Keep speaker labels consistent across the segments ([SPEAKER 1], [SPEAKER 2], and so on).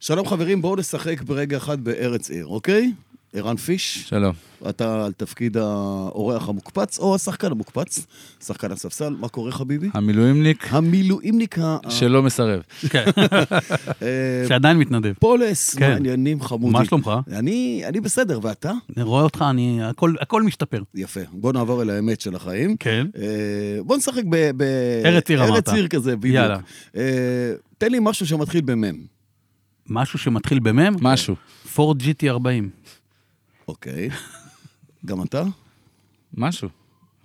[SPEAKER 1] שלום חברים, בואו נשחק ברגע אחד בארץ עיר, אוקיי? ערן פיש,
[SPEAKER 2] שלום.
[SPEAKER 1] אתה על תפקיד האורח המוקפץ, או השחקן המוקפץ, שחקן הספסל, מה קורה חביבי?
[SPEAKER 2] המילואימניק
[SPEAKER 1] אה. המילואימניק ה...
[SPEAKER 2] שלא מסרב.
[SPEAKER 3] כן,
[SPEAKER 1] אה,
[SPEAKER 3] שעדיין מתנדב.
[SPEAKER 1] פולס,
[SPEAKER 3] כן. לא-
[SPEAKER 1] מה העניינים חמודי?
[SPEAKER 3] מה שלומך?
[SPEAKER 1] אני, אני בסדר, ואתה?
[SPEAKER 3] אני רואה אותך, אני... הכל, הכל משתפר.
[SPEAKER 1] יפה. בוא נעבור אל האמת של החיים.
[SPEAKER 3] כן.
[SPEAKER 1] אה, בוא נשחק ב... ב...
[SPEAKER 3] ארץ עיר
[SPEAKER 1] ארץ
[SPEAKER 3] אמרת.
[SPEAKER 1] עיר כזה, בדיוק.
[SPEAKER 3] יאללה.
[SPEAKER 1] אה, תן לי משהו שמתחיל במם.
[SPEAKER 3] משהו שמתחיל במם?
[SPEAKER 2] משהו.
[SPEAKER 3] פורד GT40.
[SPEAKER 1] אוקיי. גם אתה?
[SPEAKER 2] משהו.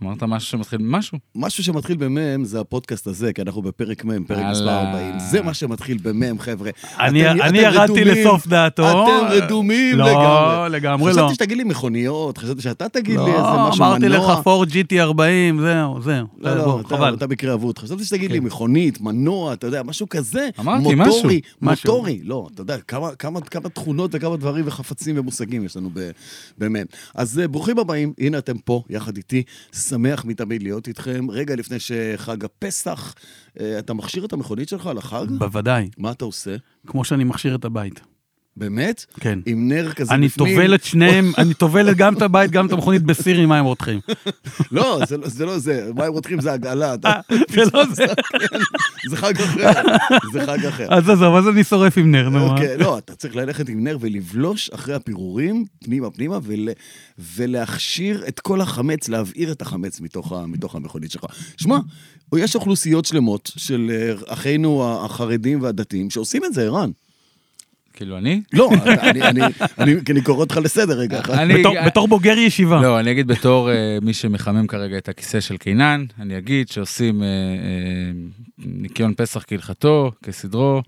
[SPEAKER 2] אמרת משהו שמתחיל משהו.
[SPEAKER 1] משהו שמתחיל במם זה הפודקאסט הזה, כי אנחנו בפרק מם, פרק
[SPEAKER 2] הלאה.
[SPEAKER 1] מספר 40. זה מה שמתחיל במם, חבר'ה.
[SPEAKER 3] אני-
[SPEAKER 1] אתם-
[SPEAKER 3] אני
[SPEAKER 1] אתם
[SPEAKER 3] ירדתי
[SPEAKER 1] רדומים.
[SPEAKER 3] לסוף דעתו.
[SPEAKER 1] אתם רדומים
[SPEAKER 3] לא,
[SPEAKER 1] לגמרי.
[SPEAKER 3] לגמרי לא.
[SPEAKER 1] חשבתי שתגיד לי מכוניות, חשבתי שאתה תגיד לי איזה
[SPEAKER 3] לא,
[SPEAKER 1] משהו מנוע.
[SPEAKER 3] אמרתי לך פורד GT40, זהו, זהו.
[SPEAKER 1] לא, לא,
[SPEAKER 3] אה, בוא,
[SPEAKER 1] אתה-
[SPEAKER 3] חבל. כן.
[SPEAKER 1] אתה בקרה אבוד. חשבתי שתגיד לי מכונית, מנוע, אתה יודע, משהו כזה.
[SPEAKER 2] אמרתי,
[SPEAKER 1] מוטורי,
[SPEAKER 3] משהו.
[SPEAKER 1] מוטורי. לא, אתה יודע, כמה- כמה כמה תכונות וכמה דברים וחפצים ומושגים יש לנו ב- באמת. אז אה, ברוכים הבאים, הנה אתם פה, יחד איתי. שמח מתמיד להיות איתכם. רגע לפני שחג הפסח, אה, אתה מכשיר את המכונית שלך לחג?
[SPEAKER 3] בוודאי,
[SPEAKER 1] מה אתה עושה?
[SPEAKER 3] כמו שאני מכשיר את הבית.
[SPEAKER 1] באמת?
[SPEAKER 3] כן.
[SPEAKER 1] עם נר כזה
[SPEAKER 3] אני
[SPEAKER 1] בפנים?
[SPEAKER 3] טובל את שניהם, אני טובל את- גם את הבית, גם את המכונית בסיר עם מים רותחים.
[SPEAKER 1] לא, זה לא- זה לא זה, מים רותחים זה הגעלה, אתה-
[SPEAKER 3] זה לא זה.
[SPEAKER 1] זה חג אחר, זה חג אחר.
[SPEAKER 3] אז עזוב, אז אני שורף עם נר, נו. מה?
[SPEAKER 1] אוקיי, לא, אתה צריך ללכת עם נר ולבלוש אחרי הפירורים, פנימה פנימה, ול, ולהכשיר את כל החמץ, להבעיר את החמץ מתוך, ה, מתוך המכונית שלך. שמע, יש אוכלוסיות שלמות של אה, אחינו החרדים והדתיים שעושים את זה, ערן.
[SPEAKER 2] כאילו אני?
[SPEAKER 1] לא, אתה- אני, אני, אני, כי אני קורא אותך לסדר רגע אחד.
[SPEAKER 2] אני-
[SPEAKER 3] בתור- בתור בוגר ישיבה.
[SPEAKER 2] לא, אני אגיד בתור אה, מי שמחמם כרגע את הכיסא של קינן, אני אגיד שעושים אה, אה, ניקיון פסח כהלכתו, כסדרו,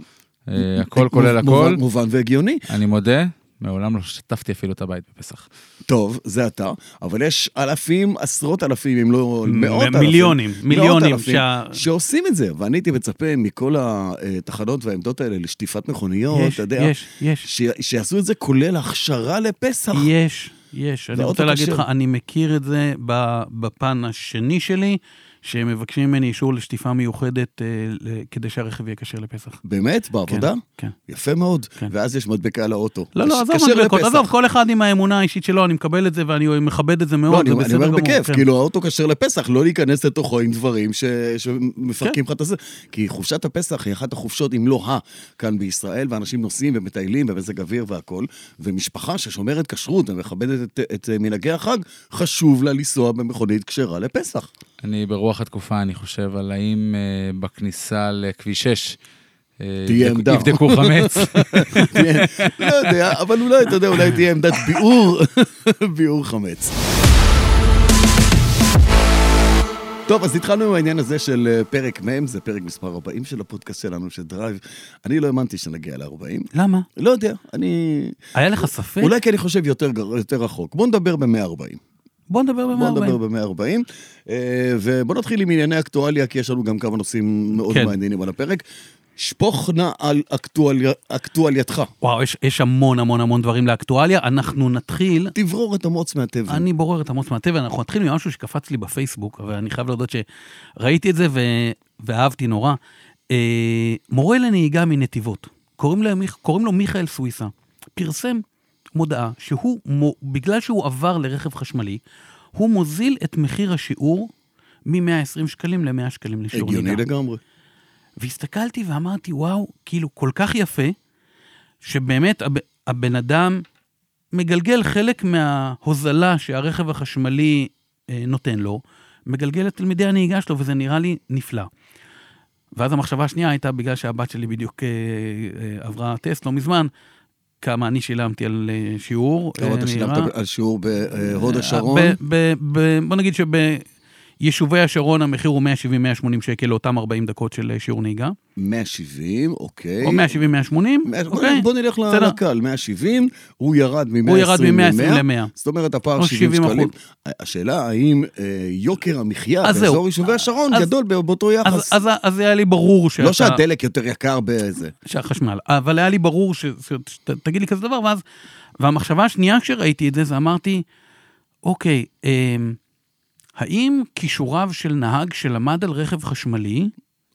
[SPEAKER 2] אה, הכל כולל
[SPEAKER 1] מובן-
[SPEAKER 2] הכל.
[SPEAKER 1] מובן והגיוני.
[SPEAKER 2] אני מודה, מעולם לא שטפתי אפילו את הבית בפסח.
[SPEAKER 1] טוב, זה אתה, אבל יש אלפים, עשרות אלפים, אם לא
[SPEAKER 3] מ-
[SPEAKER 1] מאות אלפים.
[SPEAKER 3] מיליונים, מיליונים
[SPEAKER 1] מאות אלפים
[SPEAKER 3] שה-
[SPEAKER 1] שעושים את זה, ואני הייתי מצפה מכל התחנות והעמדות האלה לשטיפת מכוניות,
[SPEAKER 3] יש,
[SPEAKER 1] אתה יודע,
[SPEAKER 3] יש, יש.
[SPEAKER 1] ש... נכון. שיעשו את זה כולל הכשרה לפסח.
[SPEAKER 3] יש, יש. אני
[SPEAKER 1] והאוטו
[SPEAKER 3] רוצה להגיד
[SPEAKER 1] כשר.
[SPEAKER 3] לך, אני מכיר את זה ב- בפן השני שלי, שמבקשים ממני אישור לשטיפה מיוחדת אה, ל- כדי שהרכב יהיה כשר לפסח.
[SPEAKER 1] באמת?
[SPEAKER 3] כן,
[SPEAKER 1] בעבודה?
[SPEAKER 3] כן.
[SPEAKER 1] יפה מאוד.
[SPEAKER 3] כן.
[SPEAKER 1] ואז יש מדבקה על האוטו.
[SPEAKER 3] לא, לא,
[SPEAKER 1] כש-
[SPEAKER 3] עזוב
[SPEAKER 1] כשר
[SPEAKER 3] מדבקות,
[SPEAKER 1] לפסח.
[SPEAKER 3] עזוב, כל אחד עם האמונה האישית שלו, אני מקבל את זה ואני מכבד את זה
[SPEAKER 1] לא,
[SPEAKER 3] מאוד,
[SPEAKER 1] אני,
[SPEAKER 3] זה
[SPEAKER 1] אני
[SPEAKER 3] בסדר
[SPEAKER 1] אומר
[SPEAKER 3] גמור.
[SPEAKER 1] בכיף,
[SPEAKER 3] כן.
[SPEAKER 1] כאילו האוטו כשר לפסח, לא להיכנס לתוכו עם דברים ש...
[SPEAKER 3] כן.
[SPEAKER 1] שמפרקים לך את הזה. כי חופשת הפסח היא אחת החופשות, אם לא ה, כאן בישראל, ואנשים נוסעים ומטיילים ומזג אוויר והכול, ומשפחה ששומרת כשרות ומכבדת את, את אה, מנהגי החג, חשוב לה לנסוע במכונית כשרה לפסח.
[SPEAKER 2] אני ברוח התקופה, אני חושב על האם אה, בכניסה לכביש 6, אה,
[SPEAKER 1] תהיה
[SPEAKER 2] יבדקו-
[SPEAKER 1] עמדה.
[SPEAKER 2] יבדקו חמץ.
[SPEAKER 1] לא יודע, אבל אולי, אתה יודע, אולי תהיה עמדת ביעור, ביעור חמץ. טוב, אז התחלנו עם העניין הזה של אה, פרק מ', זה פרק מספר 40 של הפודקאסט שלנו, של דרייב. אני לא האמנתי שנגיע ל-40.
[SPEAKER 3] למה?
[SPEAKER 1] לא יודע, אני...
[SPEAKER 3] היה לך ספק?
[SPEAKER 1] אולי כי אני חושב יותר, גר- יותר רחוק. בואו נדבר ב-140.
[SPEAKER 3] בוא נדבר
[SPEAKER 1] בואו נדבר
[SPEAKER 3] ב-140.
[SPEAKER 1] ב-140. ובואו נתחיל עם ענייני אקטואליה, כי יש לנו גם כמה נושאים מאוד
[SPEAKER 3] כן.
[SPEAKER 1] מעניינים על הפרק. שפוך נא על אקטואליה- אקטואלייתך.
[SPEAKER 3] וואו, יש- יש המון המון המון דברים לאקטואליה. אנחנו נתחיל
[SPEAKER 1] תברור את המוץ מהטבע.
[SPEAKER 3] אני בורר את המוץ מהטבע, אנחנו נתחיל ממשהו שקפץ לי בפייסבוק, אבל אני חייב להודות שראיתי את זה ו... ואהבתי נורא. אה, מורה לנהיגה מנתיבות, קוראים לו, מיכ... קוראים לו מיכאל סוויסה, פרסם מודעה שהוא, מ... בגלל שהוא עבר לרכב חשמלי, הוא מוזיל את מחיר השיעור מ-120 שקלים ל-100 שקלים לשיעור נהיגה.
[SPEAKER 1] הגיוני לגמרי.
[SPEAKER 3] אה, והסתכלתי ואמרתי, וואו, כאילו, כל כך יפה, שבאמת הב, הבן אדם מגלגל חלק מההוזלה שהרכב החשמלי אה, נותן לו, מגלגל את תלמידי הנהיגה שלו, וזה נראה לי נפלא. ואז המחשבה השנייה הייתה, בגלל שהבת שלי בדיוק אה, אה, עברה טסט לא מזמן, כמה אני שילמתי על אה, שיעור.
[SPEAKER 1] כמה לא, אתה
[SPEAKER 3] אה,
[SPEAKER 1] שילמת
[SPEAKER 3] מהירה.
[SPEAKER 1] על שיעור בהוד
[SPEAKER 3] אה,
[SPEAKER 1] השרון?
[SPEAKER 3] ב, ב, ב, בוא נגיד שביישובי השרון המחיר הוא 170-180 שקל לאותם 40 דקות של אה, שיעור נהיגה.
[SPEAKER 1] 170, אוקיי.
[SPEAKER 3] או 170, 180,
[SPEAKER 1] מאה- בוא-
[SPEAKER 3] אוקיי?
[SPEAKER 1] בוא נלך ל-
[SPEAKER 3] בסדר.
[SPEAKER 1] לקל, 170, הוא ירד מ-120 ל-100.
[SPEAKER 3] הוא ירד מ-120 ל-100.
[SPEAKER 1] זאת אומרת, הפער
[SPEAKER 3] או
[SPEAKER 1] 70
[SPEAKER 3] 70%.
[SPEAKER 1] שקלים. השאלה האם אה, יוקר המחיה
[SPEAKER 3] אז זהו.
[SPEAKER 1] באזור יישובי השרון
[SPEAKER 3] אז-
[SPEAKER 1] גדול באותו
[SPEAKER 3] אז,
[SPEAKER 1] יחס.
[SPEAKER 3] אז, אז היה לי ברור שאתה...
[SPEAKER 1] לא שהדלק יותר יקר באיזה.
[SPEAKER 3] שהחשמל, אבל היה לי ברור ש... ש... ש... תגיד לי כזה דבר, ואז... והמחשבה השנייה כשראיתי את זה, זה אמרתי, אוקיי, אמ, האם כישוריו של נהג שלמד על רכב חשמלי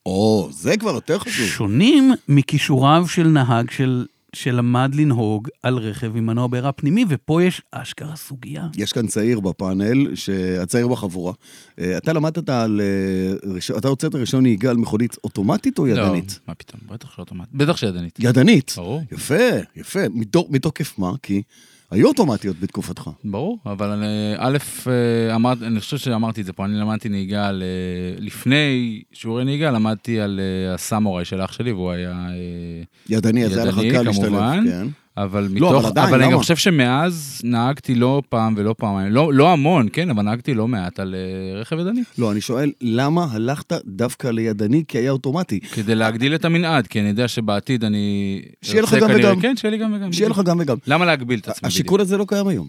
[SPEAKER 1] או, זה כבר יותר חשוב.
[SPEAKER 3] שונים מכישוריו של נהג של שלמד לנהוג על רכב עם מנוע בעירה פנימי, ופה יש אשכרה סוגיה.
[SPEAKER 1] יש כאן צעיר בפאנל, ש- הצעיר בחבורה. אה, אתה למדת את ה- על... אה, ריש- אתה הוצאת רישיון נהיגה על מכונית אוטומטית או ידנית?
[SPEAKER 2] לא, מה פתאום, בטח שלא אוטומט. בטח שידנית.
[SPEAKER 1] ידנית.
[SPEAKER 2] ברור.
[SPEAKER 1] יפה, יפה. מתו- מתוקף מה? כי היו אוטומטיות בתקופתך.
[SPEAKER 2] ברור, אבל אני- א', אה, אמרת, אני חושב שאמרתי את זה פה, אני למדתי נהיגה על... אה, לפני שיעורי נהיגה למדתי על אה, הסמוראי של אח שלי, והוא היה... אה,
[SPEAKER 1] ידני, אז היה לך
[SPEAKER 2] ידני,
[SPEAKER 1] קל להשתלב.
[SPEAKER 2] כמובן.
[SPEAKER 1] כן.
[SPEAKER 2] אבל
[SPEAKER 1] לא,
[SPEAKER 2] מתוך...
[SPEAKER 1] אבל עדיין,
[SPEAKER 2] אבל אני
[SPEAKER 1] למה?
[SPEAKER 2] גם חושב שמאז נהגתי לא פעם ולא פעמיים, לא, לא המון, כן, אבל נהגתי לא מעט על אה, רכב ידני.
[SPEAKER 1] לא, אני שואל, למה הלכת דווקא לידני כי היה אוטומטי?
[SPEAKER 2] כדי להגדיל את המנעד, כי אני יודע שבעתיד אני...
[SPEAKER 1] שיהיה לך
[SPEAKER 2] ארצה
[SPEAKER 1] גם
[SPEAKER 2] כנראה-
[SPEAKER 1] וגם.
[SPEAKER 2] כן, שיהיה לי גם וגם.
[SPEAKER 1] שיהיה לך
[SPEAKER 2] בדיוק.
[SPEAKER 1] גם וגם.
[SPEAKER 2] למה להגביל את עצמי?
[SPEAKER 1] השיקול הזה לא קיים היום.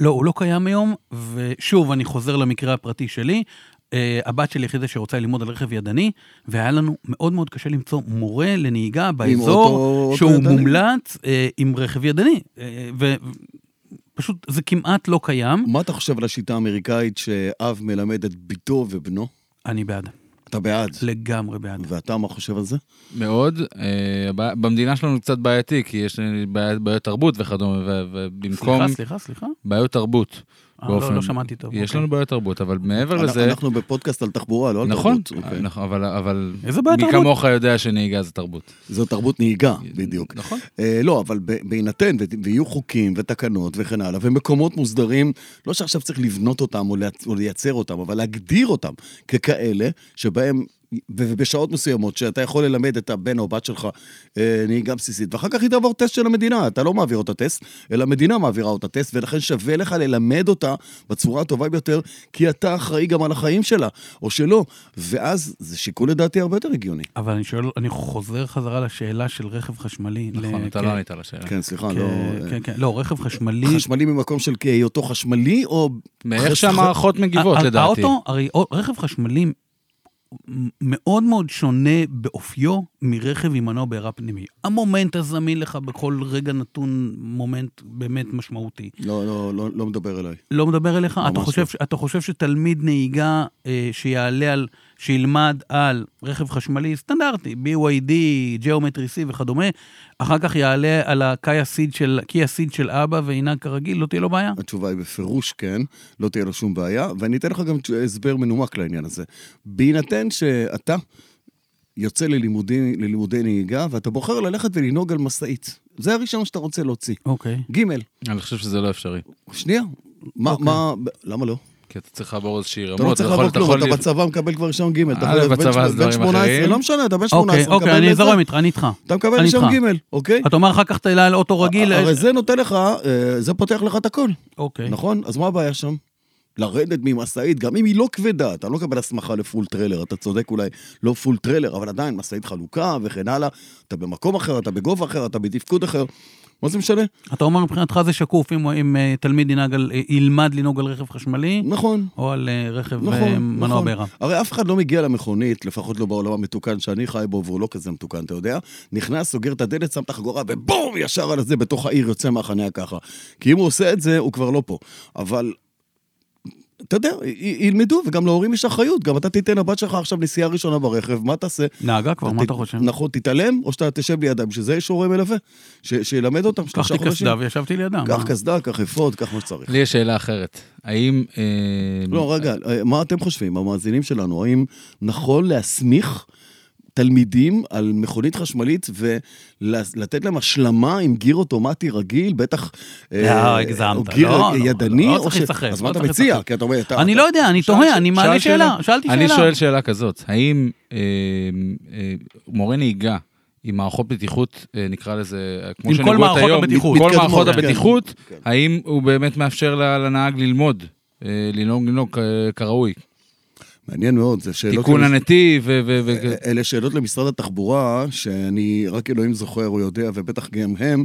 [SPEAKER 3] לא, הוא לא קיים היום, ושוב, אני חוזר למקרה הפרטי שלי. Uh, הבת שלי החליטה שרוצה ללמוד על רכב ידני, והיה לנו מאוד מאוד קשה למצוא מורה לנהיגה באזור
[SPEAKER 1] אוטו-
[SPEAKER 3] שהוא
[SPEAKER 1] אוטו ידני.
[SPEAKER 3] מומלץ uh, עם רכב ידני. Uh, ופשוט זה כמעט לא קיים.
[SPEAKER 1] מה אתה חושב על השיטה האמריקאית שאב מלמד את ביתו ובנו?
[SPEAKER 3] אני בעד,
[SPEAKER 1] אתה בעד.
[SPEAKER 3] לגמרי
[SPEAKER 2] לא.
[SPEAKER 3] בעד.
[SPEAKER 1] ואתה, מה חושב על זה?
[SPEAKER 2] מאוד. אה, הבע- במדינה שלנו קצת בעייתי, כי יש לי בעיה- בעיות תרבות וכדומה, ו- ובמקום
[SPEAKER 3] סליחה, סליחה, סליחה?
[SPEAKER 2] בעיות תרבות.
[SPEAKER 3] אה, לא, לא שמעתי טוב.
[SPEAKER 2] יש
[SPEAKER 3] אוקיי.
[SPEAKER 2] לנו בעיות תרבות, אבל מעבר
[SPEAKER 1] אנ-
[SPEAKER 2] לזה...
[SPEAKER 1] אנחנו בפודקאסט על תחבורה, לא על
[SPEAKER 2] נכון,
[SPEAKER 1] תרבות. אוקיי.
[SPEAKER 2] נכון, אבל- אבל
[SPEAKER 3] איזה בעיות
[SPEAKER 2] מי
[SPEAKER 3] תרבות?
[SPEAKER 2] כמוך יודע שנהיגה זה תרבות.
[SPEAKER 1] זו תרבות נהיגה, בדיוק.
[SPEAKER 2] נכון.
[SPEAKER 1] אה, לא, אבל ב- בהינתן, ו- ויהיו חוקים ותקנות וכן הלאה, ומקומות מוסדרים, לא שעכשיו צריך לבנות אותם או לייצ- או לייצר אותם, אבל להגדיר אותם ככאלה שבהם, ו- ובשעות מסוימות, שאתה יכול ללמד את הבן או בת שלך אה, נהיגה בסיסית, ואחר כך היא תעבור טסט של המדינה, אתה לא מעביר אותה טסט, אלא המדינה מעבירה אותה טסט, ולכן שווה לך ללמד אותה בצורה הטובה ביותר, כי אתה אחראי גם על החיים שלה, או שלא, ואז זה שיקול לדעתי הרבה יותר הגיוני.
[SPEAKER 3] אבל אני שואל, אני חוזר חזרה לשאלה של רכב חשמלי.
[SPEAKER 2] נכון,
[SPEAKER 3] ל-
[SPEAKER 2] אתה
[SPEAKER 3] כ-
[SPEAKER 2] לא ענית על השאלה.
[SPEAKER 1] כן, סליחה,
[SPEAKER 3] כ-
[SPEAKER 1] לא...
[SPEAKER 3] כן, כן, לא, רכב חשמלי...
[SPEAKER 1] חשמלי ממקום של כהיותו חשמלי, או...
[SPEAKER 2] מאיך
[SPEAKER 1] חס-
[SPEAKER 2] שהמערכות מגיבות,
[SPEAKER 3] הא-
[SPEAKER 2] לדעתי.
[SPEAKER 3] אה, האוטו, הרי או- רכב חשמלי מ- מאוד מאוד שונה באופיו מרכב עם מנוע בעירה פנימי. המומנט הזמין לך בכל רגע נתון מומנט באמת משמעותי.
[SPEAKER 1] לא, לא, לא, לא מדבר אליי.
[SPEAKER 3] לא מדבר אליך?
[SPEAKER 1] ממש
[SPEAKER 3] אתה חושב, ש- אתה חושב שתלמיד נהיגה אה, שיעלה על, שילמד על רכב חשמלי סטנדרטי, BYD, ג'אומטרי C וכדומה, אחר כך יעלה על הקיה סיד של, קיה סיד של אבא וינהג כרגיל, לא תהיה לו בעיה?
[SPEAKER 1] התשובה היא בפירוש כן, לא תהיה לו שום בעיה, ואני אתן לך גם תש- הסבר מנומק לעניין הזה. בהינתן שאתה יוצא ללימודי, ללימודי נהיגה, ואתה בוחר ללכת ולנהוג על משאית. זה הראשון שאתה רוצה להוציא.
[SPEAKER 3] אוקיי.
[SPEAKER 1] ג',
[SPEAKER 2] אני חושב שזה לא אפשרי.
[SPEAKER 1] שנייה, מה,
[SPEAKER 3] אוקיי.
[SPEAKER 1] מה, למה לא?
[SPEAKER 2] כי אתה צריך לעבור איזושהי רמות.
[SPEAKER 1] אתה לא צריך
[SPEAKER 2] יכול-
[SPEAKER 1] לעבור כלום,
[SPEAKER 2] יכול
[SPEAKER 1] אתה
[SPEAKER 2] לפ-
[SPEAKER 1] בצבא מקבל כבר ראשון ג', אתה
[SPEAKER 2] אה,
[SPEAKER 1] יכול להיות בן-
[SPEAKER 2] בצבא אז
[SPEAKER 1] בן
[SPEAKER 2] דברים
[SPEAKER 1] 18,
[SPEAKER 2] אחרים?
[SPEAKER 1] לא משנה, אתה בן 18,
[SPEAKER 3] אוקיי, אוקיי,
[SPEAKER 1] מקבל
[SPEAKER 3] אני
[SPEAKER 1] את זה,
[SPEAKER 3] זורם איתך, אני איתך.
[SPEAKER 1] אתה מקבל
[SPEAKER 3] אני
[SPEAKER 1] ראשון
[SPEAKER 3] איתך.
[SPEAKER 1] ג', אוקיי?
[SPEAKER 3] אתה אומר אחר כך אתה עולה על אוטו רגיל.
[SPEAKER 1] הרי זה נותן לך, אה, זה פותח לך את הכל.
[SPEAKER 3] אוקיי.
[SPEAKER 1] נכון? אז מה הבעיה שם? לרדת ממשאית, גם אם היא לא כבדה, אתה לא מקבל הסמכה לפול טריילר, אתה צודק אולי, לא פול טריילר, אבל עדיין משאית חלוקה וכן הלאה, אתה במקום אחר, אתה בגובה אחר, אתה בתפקוד אחר, מה זה משנה?
[SPEAKER 3] אתה אומר מבחינתך זה שקוף אם- אם אה, תלמיד ינהג על, אה, ילמד לנהוג על רכב חשמלי,
[SPEAKER 1] נכון.
[SPEAKER 3] או על אה, רכב
[SPEAKER 1] נכון,
[SPEAKER 3] אה, מנוע
[SPEAKER 1] נכון.
[SPEAKER 3] בעירה.
[SPEAKER 1] הרי אף אחד לא מגיע למכונית, לפחות לא בעולם המתוקן שאני חי בו, והוא לא כזה מתוקן, אתה יודע? נכנס, סוגר את הדלת, שם את החגורה, ובום, ישר על זה בתוך העיר, יוצא מהחניה ככה. כי אם הוא עושה את זה, הוא כבר לא פה. אבל... אתה יודע, י- י- ילמדו, וגם להורים יש אחריות. גם אתה תיתן לבת שלך עכשיו נסיעה ראשונה ברכב, מה תעשה?
[SPEAKER 3] נהגה כבר, מה
[SPEAKER 1] ת-
[SPEAKER 3] אתה חושב?
[SPEAKER 1] נכון, תתעלם, או שאתה תשב לידם, בשביל זה יש הורה מלווה, ש- שילמד אותם שלושה
[SPEAKER 3] לקחתי
[SPEAKER 1] חודשים.
[SPEAKER 3] קסדה וישבתי לידם.
[SPEAKER 1] קח
[SPEAKER 3] מה?
[SPEAKER 1] קסדה, קח אפוד, קח מה שצריך.
[SPEAKER 2] לי יש שאלה אחרת. האם... אה,
[SPEAKER 1] לא, רגע, אה, מה אתם חושבים, המאזינים שלנו? האם נכון להסמיך תלמידים על מכונית חשמלית ולתת להם השלמה עם גיר אוטומטי רגיל? בטח... אה,
[SPEAKER 3] לא, הגזמת.
[SPEAKER 1] או גיר
[SPEAKER 3] לא, לא,
[SPEAKER 1] ידני?
[SPEAKER 3] לא
[SPEAKER 1] או
[SPEAKER 3] צריך
[SPEAKER 1] ש-
[SPEAKER 3] להיסחף,
[SPEAKER 1] אז
[SPEAKER 3] לא
[SPEAKER 1] מה אתה
[SPEAKER 3] צריך
[SPEAKER 1] מציע?
[SPEAKER 3] להיסחף.
[SPEAKER 1] כי אתה אומר... אתה-
[SPEAKER 3] אני
[SPEAKER 1] אתה-
[SPEAKER 3] לא יודע, אני תוהה, אני מעלה
[SPEAKER 2] שאל
[SPEAKER 3] שאלה, שאלתי
[SPEAKER 2] אני
[SPEAKER 3] שאלה.
[SPEAKER 2] שואל שאלה כזאת, האם אה, אה, מורה נהיגה עם מערכות בטיחות, אה, נקרא לזה, אה, כמו
[SPEAKER 3] עם כל
[SPEAKER 2] שנהוגות
[SPEAKER 3] מערכות
[SPEAKER 2] היום,
[SPEAKER 3] הבטיחות.
[SPEAKER 2] כל
[SPEAKER 1] מתקדמות,
[SPEAKER 2] מערכות
[SPEAKER 1] כן.
[SPEAKER 2] הבטיחות,
[SPEAKER 1] כן.
[SPEAKER 2] האם הוא באמת מאפשר ל- לנהג ללמוד? אה, לנהוג לנהוג כ- כראוי.
[SPEAKER 1] מעניין מאוד, זה לא אה, שאלות...
[SPEAKER 2] תיקון
[SPEAKER 1] למש-
[SPEAKER 2] הנתיב ו... ו- ו-
[SPEAKER 1] אלה שאלות למשרד התחבורה, שאני, רק אלוהים זוכר, הוא יודע, ובטח גם הם,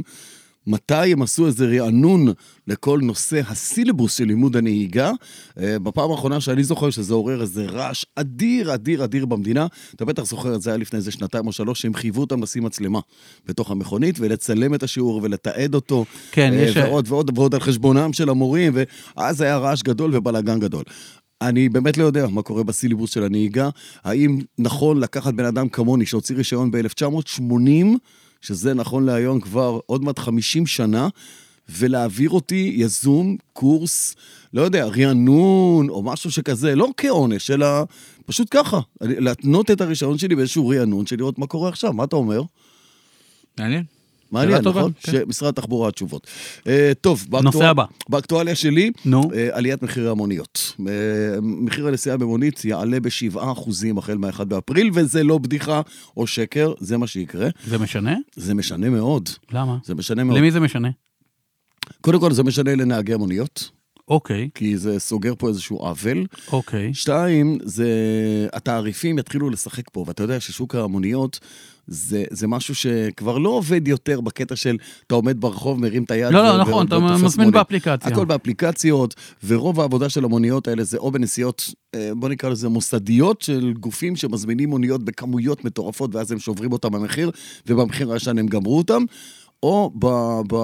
[SPEAKER 1] מתי הם עשו איזה רענון לכל נושא הסילבוס של לימוד הנהיגה. אה, בפעם האחרונה שאני זוכר שזה עורר איזה רעש אדיר, אדיר, אדיר במדינה. אתה בטח זוכר, את זה היה לפני איזה שנתיים או שלוש, שהם חייבו אותם לשים מצלמה בתוך המכונית ולצלם את השיעור ולתעד אותו.
[SPEAKER 3] כן,
[SPEAKER 1] אה,
[SPEAKER 3] יש-
[SPEAKER 1] ועוד ועוד ועוד על חשבונם של המורים, ואז היה רעש גדול ובלאגן גדול. אני באמת לא יודע מה קורה בסילבוס של הנהיגה. האם נכון לקחת בן אדם כמוני שהוציא רישיון ב-1980, שזה נכון להיום כבר עוד מעט 50 שנה, ולהעביר אותי יזום קורס, לא יודע, רענון או משהו שכזה, לא כעונש, אלא פשוט ככה, אני- להתנות את הרישיון שלי באיזשהו רענון, של לראות מה קורה עכשיו, מה אתה אומר?
[SPEAKER 2] מעניין.
[SPEAKER 1] מעניין,
[SPEAKER 2] טובה,
[SPEAKER 1] נכון?
[SPEAKER 2] כן.
[SPEAKER 1] שמשרד התחבורה התשובות. אה, טוב, באקטואל-
[SPEAKER 3] הבא.
[SPEAKER 1] באקטואליה שלי,
[SPEAKER 3] נו.
[SPEAKER 1] אה, עליית מחירי המוניות. אה, מחיר הנסיעה במונית יעלה ב-7% החל מ-1 באפריל, וזה לא בדיחה או שקר, זה מה שיקרה.
[SPEAKER 3] זה משנה?
[SPEAKER 1] זה משנה מאוד.
[SPEAKER 3] למה?
[SPEAKER 1] זה משנה מאוד.
[SPEAKER 3] למי זה משנה?
[SPEAKER 1] קודם כל, זה משנה לנהגי המוניות,
[SPEAKER 3] אוקיי,
[SPEAKER 1] כי זה סוגר פה איזשהו עוול.
[SPEAKER 3] אוקיי.
[SPEAKER 1] שתיים, זה... התעריפים יתחילו לשחק פה, ואתה יודע ששוק המוניות זה, זה משהו שכבר לא עובד יותר בקטע של אתה עומד ברחוב, מרים את היד.
[SPEAKER 3] לא,
[SPEAKER 1] ו-
[SPEAKER 3] לא, נכון,
[SPEAKER 1] ו-
[SPEAKER 3] אתה
[SPEAKER 1] ותופס
[SPEAKER 3] מזמין
[SPEAKER 1] מונית.
[SPEAKER 3] באפליקציה.
[SPEAKER 1] הכל באפליקציות, ורוב העבודה של המוניות האלה זה או בנסיעות, אה, בוא נקרא לזה מוסדיות, של גופים שמזמינים מוניות בכמויות מטורפות, ואז הם שוברים אותם במחיר, ובמחיר הישן הם גמרו אותם, או ב... ב...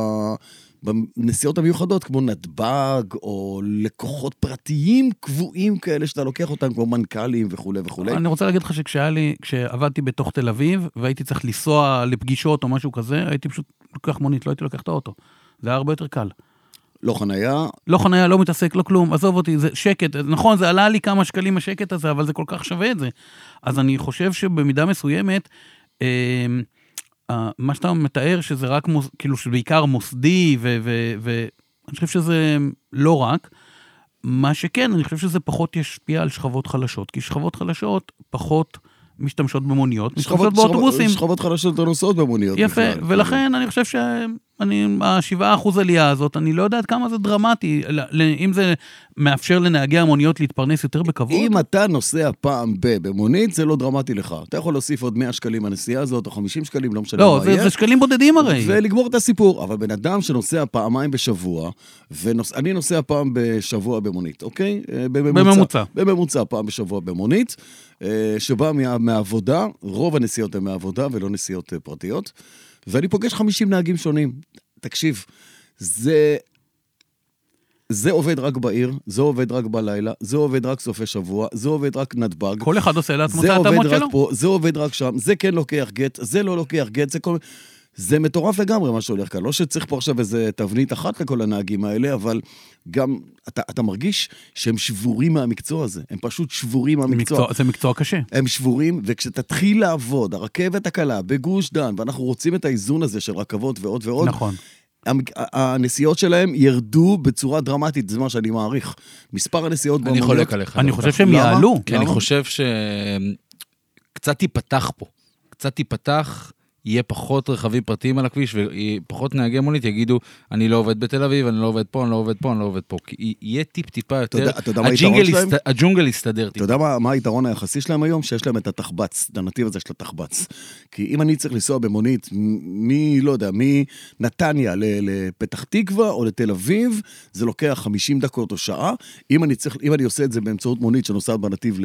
[SPEAKER 1] בנסיעות המיוחדות, כמו נתב"ג, או לקוחות פרטיים קבועים כאלה שאתה לוקח אותם, כמו מנכ"לים וכולי וכולי.
[SPEAKER 3] אני רוצה להגיד לך שכשהיה לי, כשעבדתי בתוך תל אביב, והייתי צריך לנסוע לפגישות או משהו כזה, הייתי פשוט לוקח מונית, לא הייתי לוקח את האוטו. זה היה הרבה יותר קל.
[SPEAKER 1] לא חנייה,
[SPEAKER 3] לא חניה, לא מתעסק, לא כלום, עזוב אותי, זה שקט. נכון, זה עלה לי כמה שקלים השקט הזה, אבל זה כל כך שווה את זה. אז אני חושב שבמידה מסוימת, אה, אה, מה שאתה מתאר, שזה רק, מוס, כאילו, שבעיקר מוסדי, ואני ו- ו- אני חושב שזה לא רק. מה שכן, אני חושב שזה פחות ישפיע על שכבות חלשות, כי שכבות חלשות פחות משתמשות במוניות, משתמשות באוטובוסים.
[SPEAKER 1] שכבות חלשות לא נוסעות במוניות
[SPEAKER 3] יפה,
[SPEAKER 1] בכלל.
[SPEAKER 3] ולכן אני חושב שהשבעה אחוז עלייה הזאת, אני לא יודעת כמה זה דרמטי, ל- ל- אם זה מאפשר לנהגי המוניות להתפרנס יותר בכבוד,
[SPEAKER 1] אם אתה נוסע פעם ב- במונית, זה לא דרמטי לך. אתה יכול להוסיף עוד 100 שקלים מהנסיעה הזאת, או 50 שקלים, לא משנה
[SPEAKER 3] לא,
[SPEAKER 1] מה
[SPEAKER 3] זה,
[SPEAKER 1] יהיה.
[SPEAKER 3] זה שקלים בודדים הרי.
[SPEAKER 1] ולגמור את הסיפור. אבל בן אדם שנוסע פעמיים בשבוע, ונוס... אני נוסע פעם בשבוע במונית, אוקיי? אה,
[SPEAKER 3] בממוצע.
[SPEAKER 1] בממוצע פעם בשבוע במונית, אה, שבאה מה... מהעבודה, רוב הנסיעות הן מהעבודה ולא נסיעות אה, פרטיות, ואני פוגש 50 נהגים שונים. תקשיב, זה... זה עובד רק בעיר, זה עובד רק בלילה, זה עובד רק סופי שבוע, זה עובד רק נתב"ג.
[SPEAKER 3] כל אחד עושה לעצמו את
[SPEAKER 1] זה
[SPEAKER 3] ההתאמות
[SPEAKER 1] עובד
[SPEAKER 3] שלו.
[SPEAKER 1] רק פה, זה עובד רק שם, זה כן לוקח גט, זה לא לוקח גט, זה כל... זה מטורף לגמרי מה שהולך כאן. לא שצריך פה עכשיו איזה תבנית אחת לכל הנהגים האלה, אבל גם אתה, אתה מרגיש שהם שבורים מהמקצוע הזה. הם פשוט שבורים מהמקצוע.
[SPEAKER 3] מקצוע, זה מקצוע קשה.
[SPEAKER 1] הם שבורים, וכשתתחיל לעבוד, הרכבת הקלה בגוש דן, ואנחנו רוצים את האיזון הזה של רכבות ועוד ועוד,
[SPEAKER 3] נכון.
[SPEAKER 1] המג- ה- הנסיעות שלהם ירדו בצורה דרמטית, זה מה שאני מעריך. מספר הנסיעות
[SPEAKER 2] אני חולק עליך.
[SPEAKER 3] אני
[SPEAKER 2] דווקא.
[SPEAKER 3] חושב שהם
[SPEAKER 1] למה?
[SPEAKER 3] יעלו.
[SPEAKER 2] כי אני
[SPEAKER 1] למה?
[SPEAKER 2] חושב שקצת תיפתח פה. קצת תיפתח, יהיה פחות רכבים פרטיים על הכביש, ופחות נהגי מונית יגידו, אני לא עובד בתל אביב, אני לא עובד פה, אני לא עובד פה, אני לא עובד פה. כי יהיה טיפ-טיפה יותר,
[SPEAKER 1] יודע- אתה יודע מה
[SPEAKER 2] הג'ינגל
[SPEAKER 1] היתרון
[SPEAKER 2] יסת- הג'ונגל יסתדר
[SPEAKER 1] אתה
[SPEAKER 2] טיפה.
[SPEAKER 1] יודע מה, מה היתרון היחסי שלהם היום? שיש להם את התחבץ, את הנתיב הזה של התחבץ. כי אם אני צריך לנסוע במונית מ- מ... לא יודע, מנתניה ל- לפתח תקווה או לתל אביב, זה לוקח 50 דקות או שעה. אם אני, צריך, אם אני עושה את זה באמצעות מונית שנוסעת בנתיב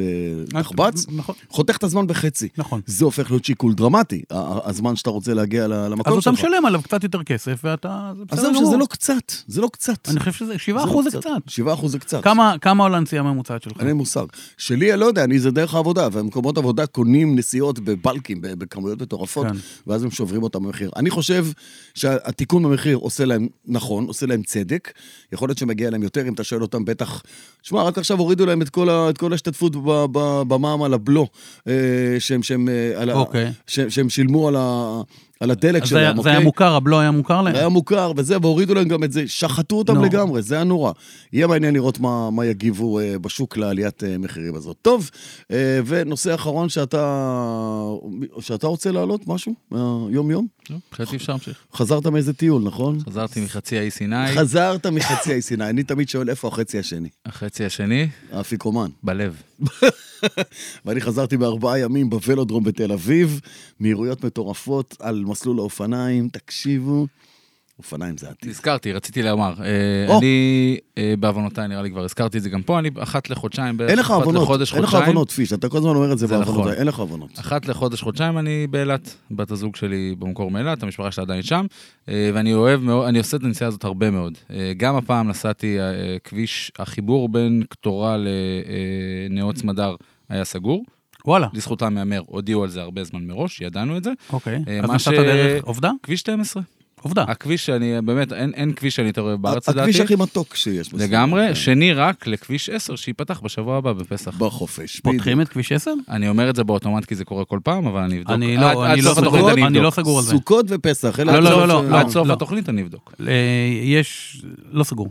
[SPEAKER 1] לתחבץ,
[SPEAKER 3] נכון.
[SPEAKER 1] חותך את הזמן בחצי.
[SPEAKER 3] נכון.
[SPEAKER 1] זה הופך להיות שיקול דרמטי, ה- ה- הזמן שאתה רוצה להגיע ל-
[SPEAKER 3] אז
[SPEAKER 1] למקום
[SPEAKER 3] אתה
[SPEAKER 1] שלך.
[SPEAKER 3] משלם עליו קצת יותר כסף, ואתה... זה בסדר
[SPEAKER 1] עזוב
[SPEAKER 3] גמור.
[SPEAKER 1] שזה לא קצת, זה לא קצת. לא
[SPEAKER 3] אני חושב שזה 7% זה קצת.
[SPEAKER 1] 7% זה קצת.
[SPEAKER 3] כמה- כמה עולה הנסיעה הממוצעת שלך?
[SPEAKER 1] אין לי מושג. שלי, אני לא יודע, אני זה דרך העבודה, ומקומות עבודה קונים נסיעות בבלקים, ב- בכמויות מטורפות,
[SPEAKER 3] כן.
[SPEAKER 1] כן. ואז הם שוברים אותם במחיר. אני חושב שהתיקון במחיר עושה להם נכון, עושה להם צדק. יכול להיות שמגיע להם יותר, אם אתה שואל אותם, בטח... שמע, רק עכשיו הורידו להם את כל, ה, את כל ההשתתפות ב- ב- במע"מ על הבלו, אה, שהם, שהם, אה, על ה-
[SPEAKER 3] אוקיי.
[SPEAKER 1] שהם, שהם שילמו על, ה, על הדלק
[SPEAKER 3] אז זה
[SPEAKER 1] שלהם, אוקיי?
[SPEAKER 3] היה- זה היה מוכר, הבלו היה מוכר להם?
[SPEAKER 1] זה היה מוכר וזה, והורידו להם גם את זה, שחטו אותם
[SPEAKER 3] נו.
[SPEAKER 1] לגמרי, זה היה נורא. יהיה מעניין לראות מה, מה יגיבו אה, בשוק לעליית אה, מחירים הזאת. טוב, אה, ונושא אחרון שאתה, שאתה רוצה להעלות, משהו? יום-יום?
[SPEAKER 2] לא, מבחינתי אפשר להמשיך.
[SPEAKER 1] חזרת מאיזה טיול, נכון?
[SPEAKER 2] חזרתי מחצי האי סיני,
[SPEAKER 1] חזרת מחצי האי סיני, אני תמיד שואל איפה החצי השני,
[SPEAKER 2] החצי השני,
[SPEAKER 1] האפיקומן.
[SPEAKER 2] בלב.
[SPEAKER 1] ואני חזרתי בארבעה ימים בוולודרום בתל אביב, מהירויות מטורפות על מסלול האופניים, תקשיבו, אופניים זה עתיד.
[SPEAKER 2] נזכרתי, רציתי לומר. אה,
[SPEAKER 1] או.
[SPEAKER 2] אני, אה, בעוונותיי, נראה לי כבר הזכרתי את זה גם פה, אני אחת לחודשיים, בערך,
[SPEAKER 1] אין לך
[SPEAKER 2] אחת
[SPEAKER 1] עוונות,
[SPEAKER 2] לחודש,
[SPEAKER 1] אין לך
[SPEAKER 2] חודשיים.
[SPEAKER 1] עוונות, פיש, אתה כל הזמן אומר את זה
[SPEAKER 2] זה
[SPEAKER 1] בעוונות,
[SPEAKER 2] נכון.
[SPEAKER 1] אין לך עוונות.
[SPEAKER 3] אה,
[SPEAKER 2] אחת לחודש, חודשיים אני באילת. בת הזוג שלי במקור מאילת, המשפחה שלה עדיין שם, אה, ואני אוהב מאוד, אני עושה את הנסיעה הזאת הרבה מאוד. אה, גם הפעם נסעתי, אה, כביש החיבור בין קטורה לנאות סמדר אה, היה סגור.
[SPEAKER 3] וואלה.
[SPEAKER 2] לזכותם ייאמר, הודיעו על זה הרבה זמן מראש, ידענו את זה.
[SPEAKER 3] אוקיי.
[SPEAKER 2] אה,
[SPEAKER 3] אז
[SPEAKER 2] מה ש-
[SPEAKER 3] נסעת דרך עובדה?
[SPEAKER 2] כביש 12.
[SPEAKER 3] עובדה.
[SPEAKER 2] הכביש שאני, באמת, אין, אין כביש שאני אתערב בארץ, לדעתי.
[SPEAKER 1] הכביש הכי מתוק שיש. בסדר.
[SPEAKER 2] לגמרי, שני רק לכביש 10 שייפתח בשבוע הבא בפסח.
[SPEAKER 1] בחופש.
[SPEAKER 3] פותחים את כביש 10?
[SPEAKER 2] אני אומר את זה באוטומט כי זה קורה כל פעם, אבל אני אבדוק.
[SPEAKER 3] אני לא-
[SPEAKER 2] עד- עד
[SPEAKER 3] אני לא
[SPEAKER 2] סוף
[SPEAKER 3] סגור-
[SPEAKER 2] התוכנית אני
[SPEAKER 3] אני לא
[SPEAKER 2] אבדוק.
[SPEAKER 3] סגור על זה.
[SPEAKER 1] סוכות ופסח. אלה
[SPEAKER 3] לא, לא,
[SPEAKER 1] הצעות
[SPEAKER 3] לא,
[SPEAKER 1] ש-
[SPEAKER 3] לא,
[SPEAKER 2] עד סוף
[SPEAKER 3] לא.
[SPEAKER 2] התוכנית אני אבדוק.
[SPEAKER 3] אה, יש... לא סגור.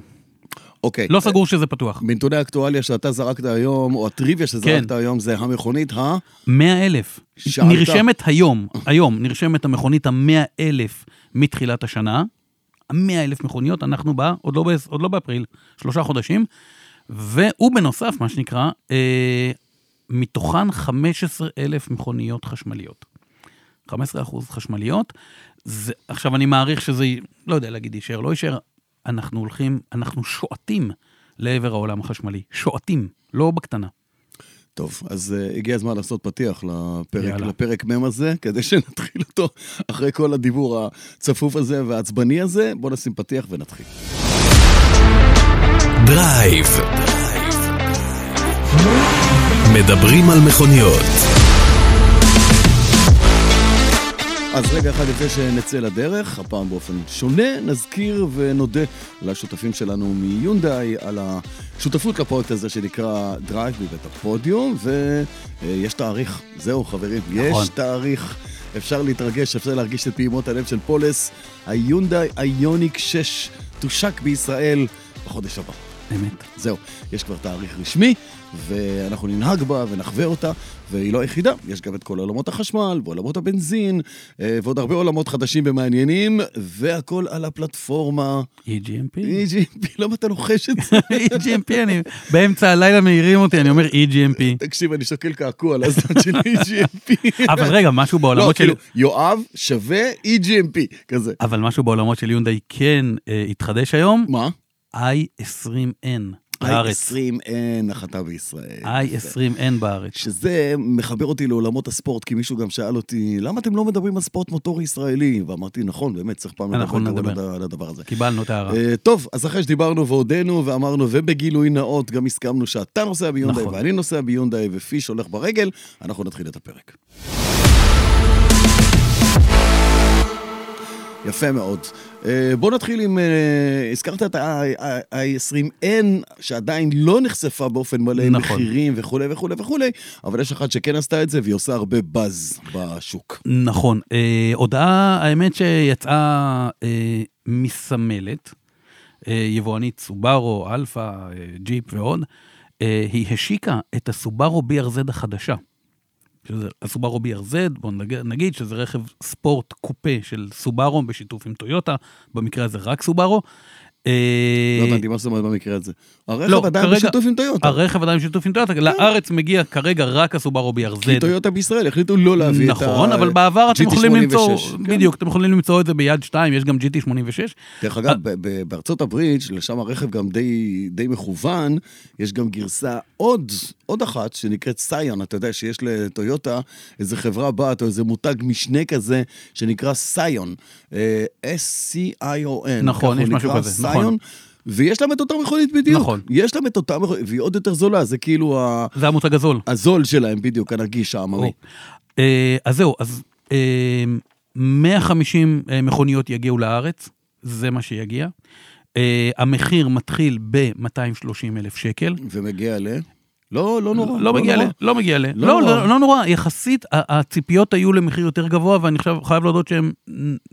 [SPEAKER 1] אוקיי.
[SPEAKER 3] לא סגור שזה פתוח.
[SPEAKER 1] בנתוני האקטואליה שאתה זרקת היום, או הטריוויה שזרקת
[SPEAKER 3] כן.
[SPEAKER 1] היום, זה המכונית ה...
[SPEAKER 3] 100 אלף.
[SPEAKER 1] שאלת.
[SPEAKER 3] נרשמת היום, היום, נרשמת המכונית ה-100 אלף מתחילת השנה. ה-100 אלף מכוניות, אנחנו בה, עוד לא, ב- עוד לא באפריל, שלושה חודשים. ו- ובנוסף, מה שנקרא, אה, מתוכן 15 אלף מכוניות חשמליות. 15 אחוז חשמליות. זה, עכשיו, אני מעריך שזה, י- לא יודע להגיד יישאר, לא יישאר. אנחנו הולכים, אנחנו שועטים לעבר העולם החשמלי. שועטים, לא בקטנה.
[SPEAKER 1] טוב, אז uh, הגיע הזמן לעשות פתיח לפרק,
[SPEAKER 3] יאללה.
[SPEAKER 1] לפרק מם הזה, כדי שנתחיל אותו אחרי כל הדיבור הצפוף הזה והעצבני הזה. בואו נשים פתיח ונתחיל.
[SPEAKER 4] דרייב. מדברים על מכוניות.
[SPEAKER 1] אז רגע אחד לפני שנצא לדרך, הפעם באופן שונה, נזכיר ונודה לשותפים שלנו מיונדאי על השותפות לפרויקט הזה שנקרא דרייב מבית הפודיום, ויש תאריך, זהו חברים,
[SPEAKER 3] נכון.
[SPEAKER 1] יש תאריך. אפשר להתרגש, אפשר להרגיש את פעימות הלב של פולס. היונדאי איוניק 6 תושק בישראל בחודש הבא.
[SPEAKER 3] אמת.
[SPEAKER 1] זהו, יש כבר תאריך רשמי, ואנחנו ננהג בה ונחווה אותה, והיא לא היחידה, יש גם את כל עולמות החשמל, ועולמות הבנזין, אה, ועוד הרבה עולמות חדשים ומעניינים, והכל על הפלטפורמה.
[SPEAKER 3] EGMP.
[SPEAKER 1] EGMP, למה אתה לוחש את זה?
[SPEAKER 3] EGMP, אני באמצע הלילה מעירים אותי, אני אומר E EGMP.
[SPEAKER 1] תקשיב, אני שוקל קעקוע על הזמן של EGMP.
[SPEAKER 3] אבל רגע, משהו
[SPEAKER 1] לא,
[SPEAKER 3] בעולמות של...
[SPEAKER 1] כאילו, יואב שווה EGMP, כזה.
[SPEAKER 3] אבל משהו בעולמות של יונדאי כן אה, התחדש היום,
[SPEAKER 1] מה?
[SPEAKER 3] i20N בארץ. אה,
[SPEAKER 1] i20 אין נחתה בישראל.
[SPEAKER 3] i20N בארץ.
[SPEAKER 1] שזה מחבר אותי לעולמות הספורט, כי מישהו גם שאל אותי, למה אתם לא מדברים על ספורט מוטורי ישראלי? ואמרתי, נכון, באמת, צריך פעם לדבר
[SPEAKER 3] אנחנו
[SPEAKER 1] גם
[SPEAKER 3] נדבר.
[SPEAKER 1] על הדבר הזה.
[SPEAKER 3] קיבלנו את ההערה.
[SPEAKER 1] אה, טוב, אז אחרי שדיברנו והודינו ואמרנו, ובגילוי נאות גם הסכמנו שאתה נוסע ביונדאי
[SPEAKER 3] נכון.
[SPEAKER 1] ואני נוסע ביונדאי ופיש הולך ברגל, אנחנו נתחיל את הפרק. יפה מאוד. אה, בוא נתחיל עם, אה, הזכרת את ה-i20N, שעדיין לא נחשפה באופן מלא עם
[SPEAKER 3] נכון.
[SPEAKER 1] מחירים וכולי וכולי וכולי, אבל יש אחת שכן עשתה את זה והיא עושה הרבה באז בשוק.
[SPEAKER 3] נכון. אה, הודעה, האמת שיצאה אה, מסמלת, אה, יבואנית סובארו, אלפא, אה, ג'יפ ועוד, אה, היא השיקה את הסובארו BRZ החדשה. שזה הסובארו BRZ, בואו נג- נגיד שזה רכב ספורט קופה של סובארו בשיתוף עם טויוטה, במקרה הזה רק סובארו. אה,
[SPEAKER 1] לא הבנתי מה זאת אומרת במקרה הזה.
[SPEAKER 3] לא,
[SPEAKER 1] הרכב עדיין
[SPEAKER 3] כרגע-
[SPEAKER 1] בשיתוף עם טויוטה.
[SPEAKER 3] הרכב עדיין בשיתוף עם טויוטה, לארץ מגיע כרגע רק הסובארו BRZ.
[SPEAKER 1] כן. כי טויוטה בישראל החליטו לא להביא את ה...
[SPEAKER 3] נכון, אבל בעבר אתם
[SPEAKER 1] GT86,
[SPEAKER 3] יכולים למצוא,
[SPEAKER 1] כן.
[SPEAKER 3] בדיוק, אתם יכולים למצוא את זה ביד 2, יש גם GT86.
[SPEAKER 1] דרך
[SPEAKER 3] אה.
[SPEAKER 1] אגב, ב- ב- בארצות הברית, לשם הרכב גם די, די מכוון, יש גם גרסה עוד, עוד אחת שנקראת סיון. אתה יודע שיש לטויוטה איזה חברה בת או איזה מותג משנה כזה שנקרא סיון. אה, S-C-I-O-N.
[SPEAKER 3] נכון,
[SPEAKER 1] ככה הוא
[SPEAKER 3] יש משהו
[SPEAKER 1] נקרא,
[SPEAKER 3] כזה,
[SPEAKER 1] סיון,
[SPEAKER 3] נכון.
[SPEAKER 1] ויש להם את אותה מכונית בדיוק.
[SPEAKER 3] נכון.
[SPEAKER 1] יש להם את אותה מכונית, והיא עוד יותר זולה, זה כאילו ה-
[SPEAKER 3] זה המותג הזול.
[SPEAKER 1] הזול שלהם בדיוק, הנגיש העממי.
[SPEAKER 3] אה, אז זהו, אז אה, 150 אה, מכוניות יגיעו לארץ, זה מה שיגיע. אה, המחיר מתחיל ב-230 אלף שקל.
[SPEAKER 1] ומגיע ל... לא, לא נורא.
[SPEAKER 3] לא מגיע ל...
[SPEAKER 1] נורא.
[SPEAKER 3] לא מגיע ל...
[SPEAKER 1] לא
[SPEAKER 3] לא,
[SPEAKER 1] נורא.
[SPEAKER 3] לא- לא נורא, יחסית ה- הציפיות היו למחיר יותר גבוה, ואני עכשיו חייב להודות שהם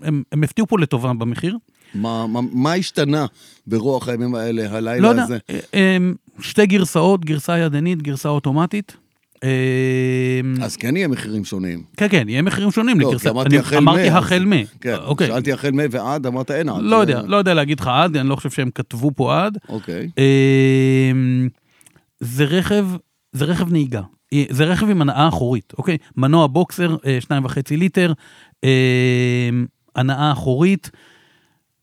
[SPEAKER 3] הם- הם הפתיעו פה לטובה במחיר.
[SPEAKER 1] מה, מה, מה השתנה ברוח הימים האלה, הלילה
[SPEAKER 3] לא יודע,
[SPEAKER 1] הזה?
[SPEAKER 3] אה, אה, שתי גרסאות, גרסה ידנית, גרסה אוטומטית. אה,
[SPEAKER 1] אז כן יהיה מחירים שונים.
[SPEAKER 3] כן, כן, יהיה מחירים שונים
[SPEAKER 1] לא, כי
[SPEAKER 3] לגרסה.
[SPEAKER 1] אמרתי
[SPEAKER 3] אני-
[SPEAKER 1] החל מ...
[SPEAKER 3] אמרתי
[SPEAKER 1] אז-
[SPEAKER 3] החל מ...
[SPEAKER 1] כן,
[SPEAKER 3] אוקיי.
[SPEAKER 1] שאלתי החל מ ועד, אמרת אין עד.
[SPEAKER 3] לא
[SPEAKER 1] זה-
[SPEAKER 3] יודע, לא יודע להגיד לך עד, אני לא חושב שהם כתבו פה עד.
[SPEAKER 1] אוקיי.
[SPEAKER 3] אה, זה רכב, זה רכב נהיגה. אה, זה רכב עם הנאה אחורית, אוקיי? מנוע בוקסר, אה, שניים וחצי ליטר, אה, הנאה אחורית.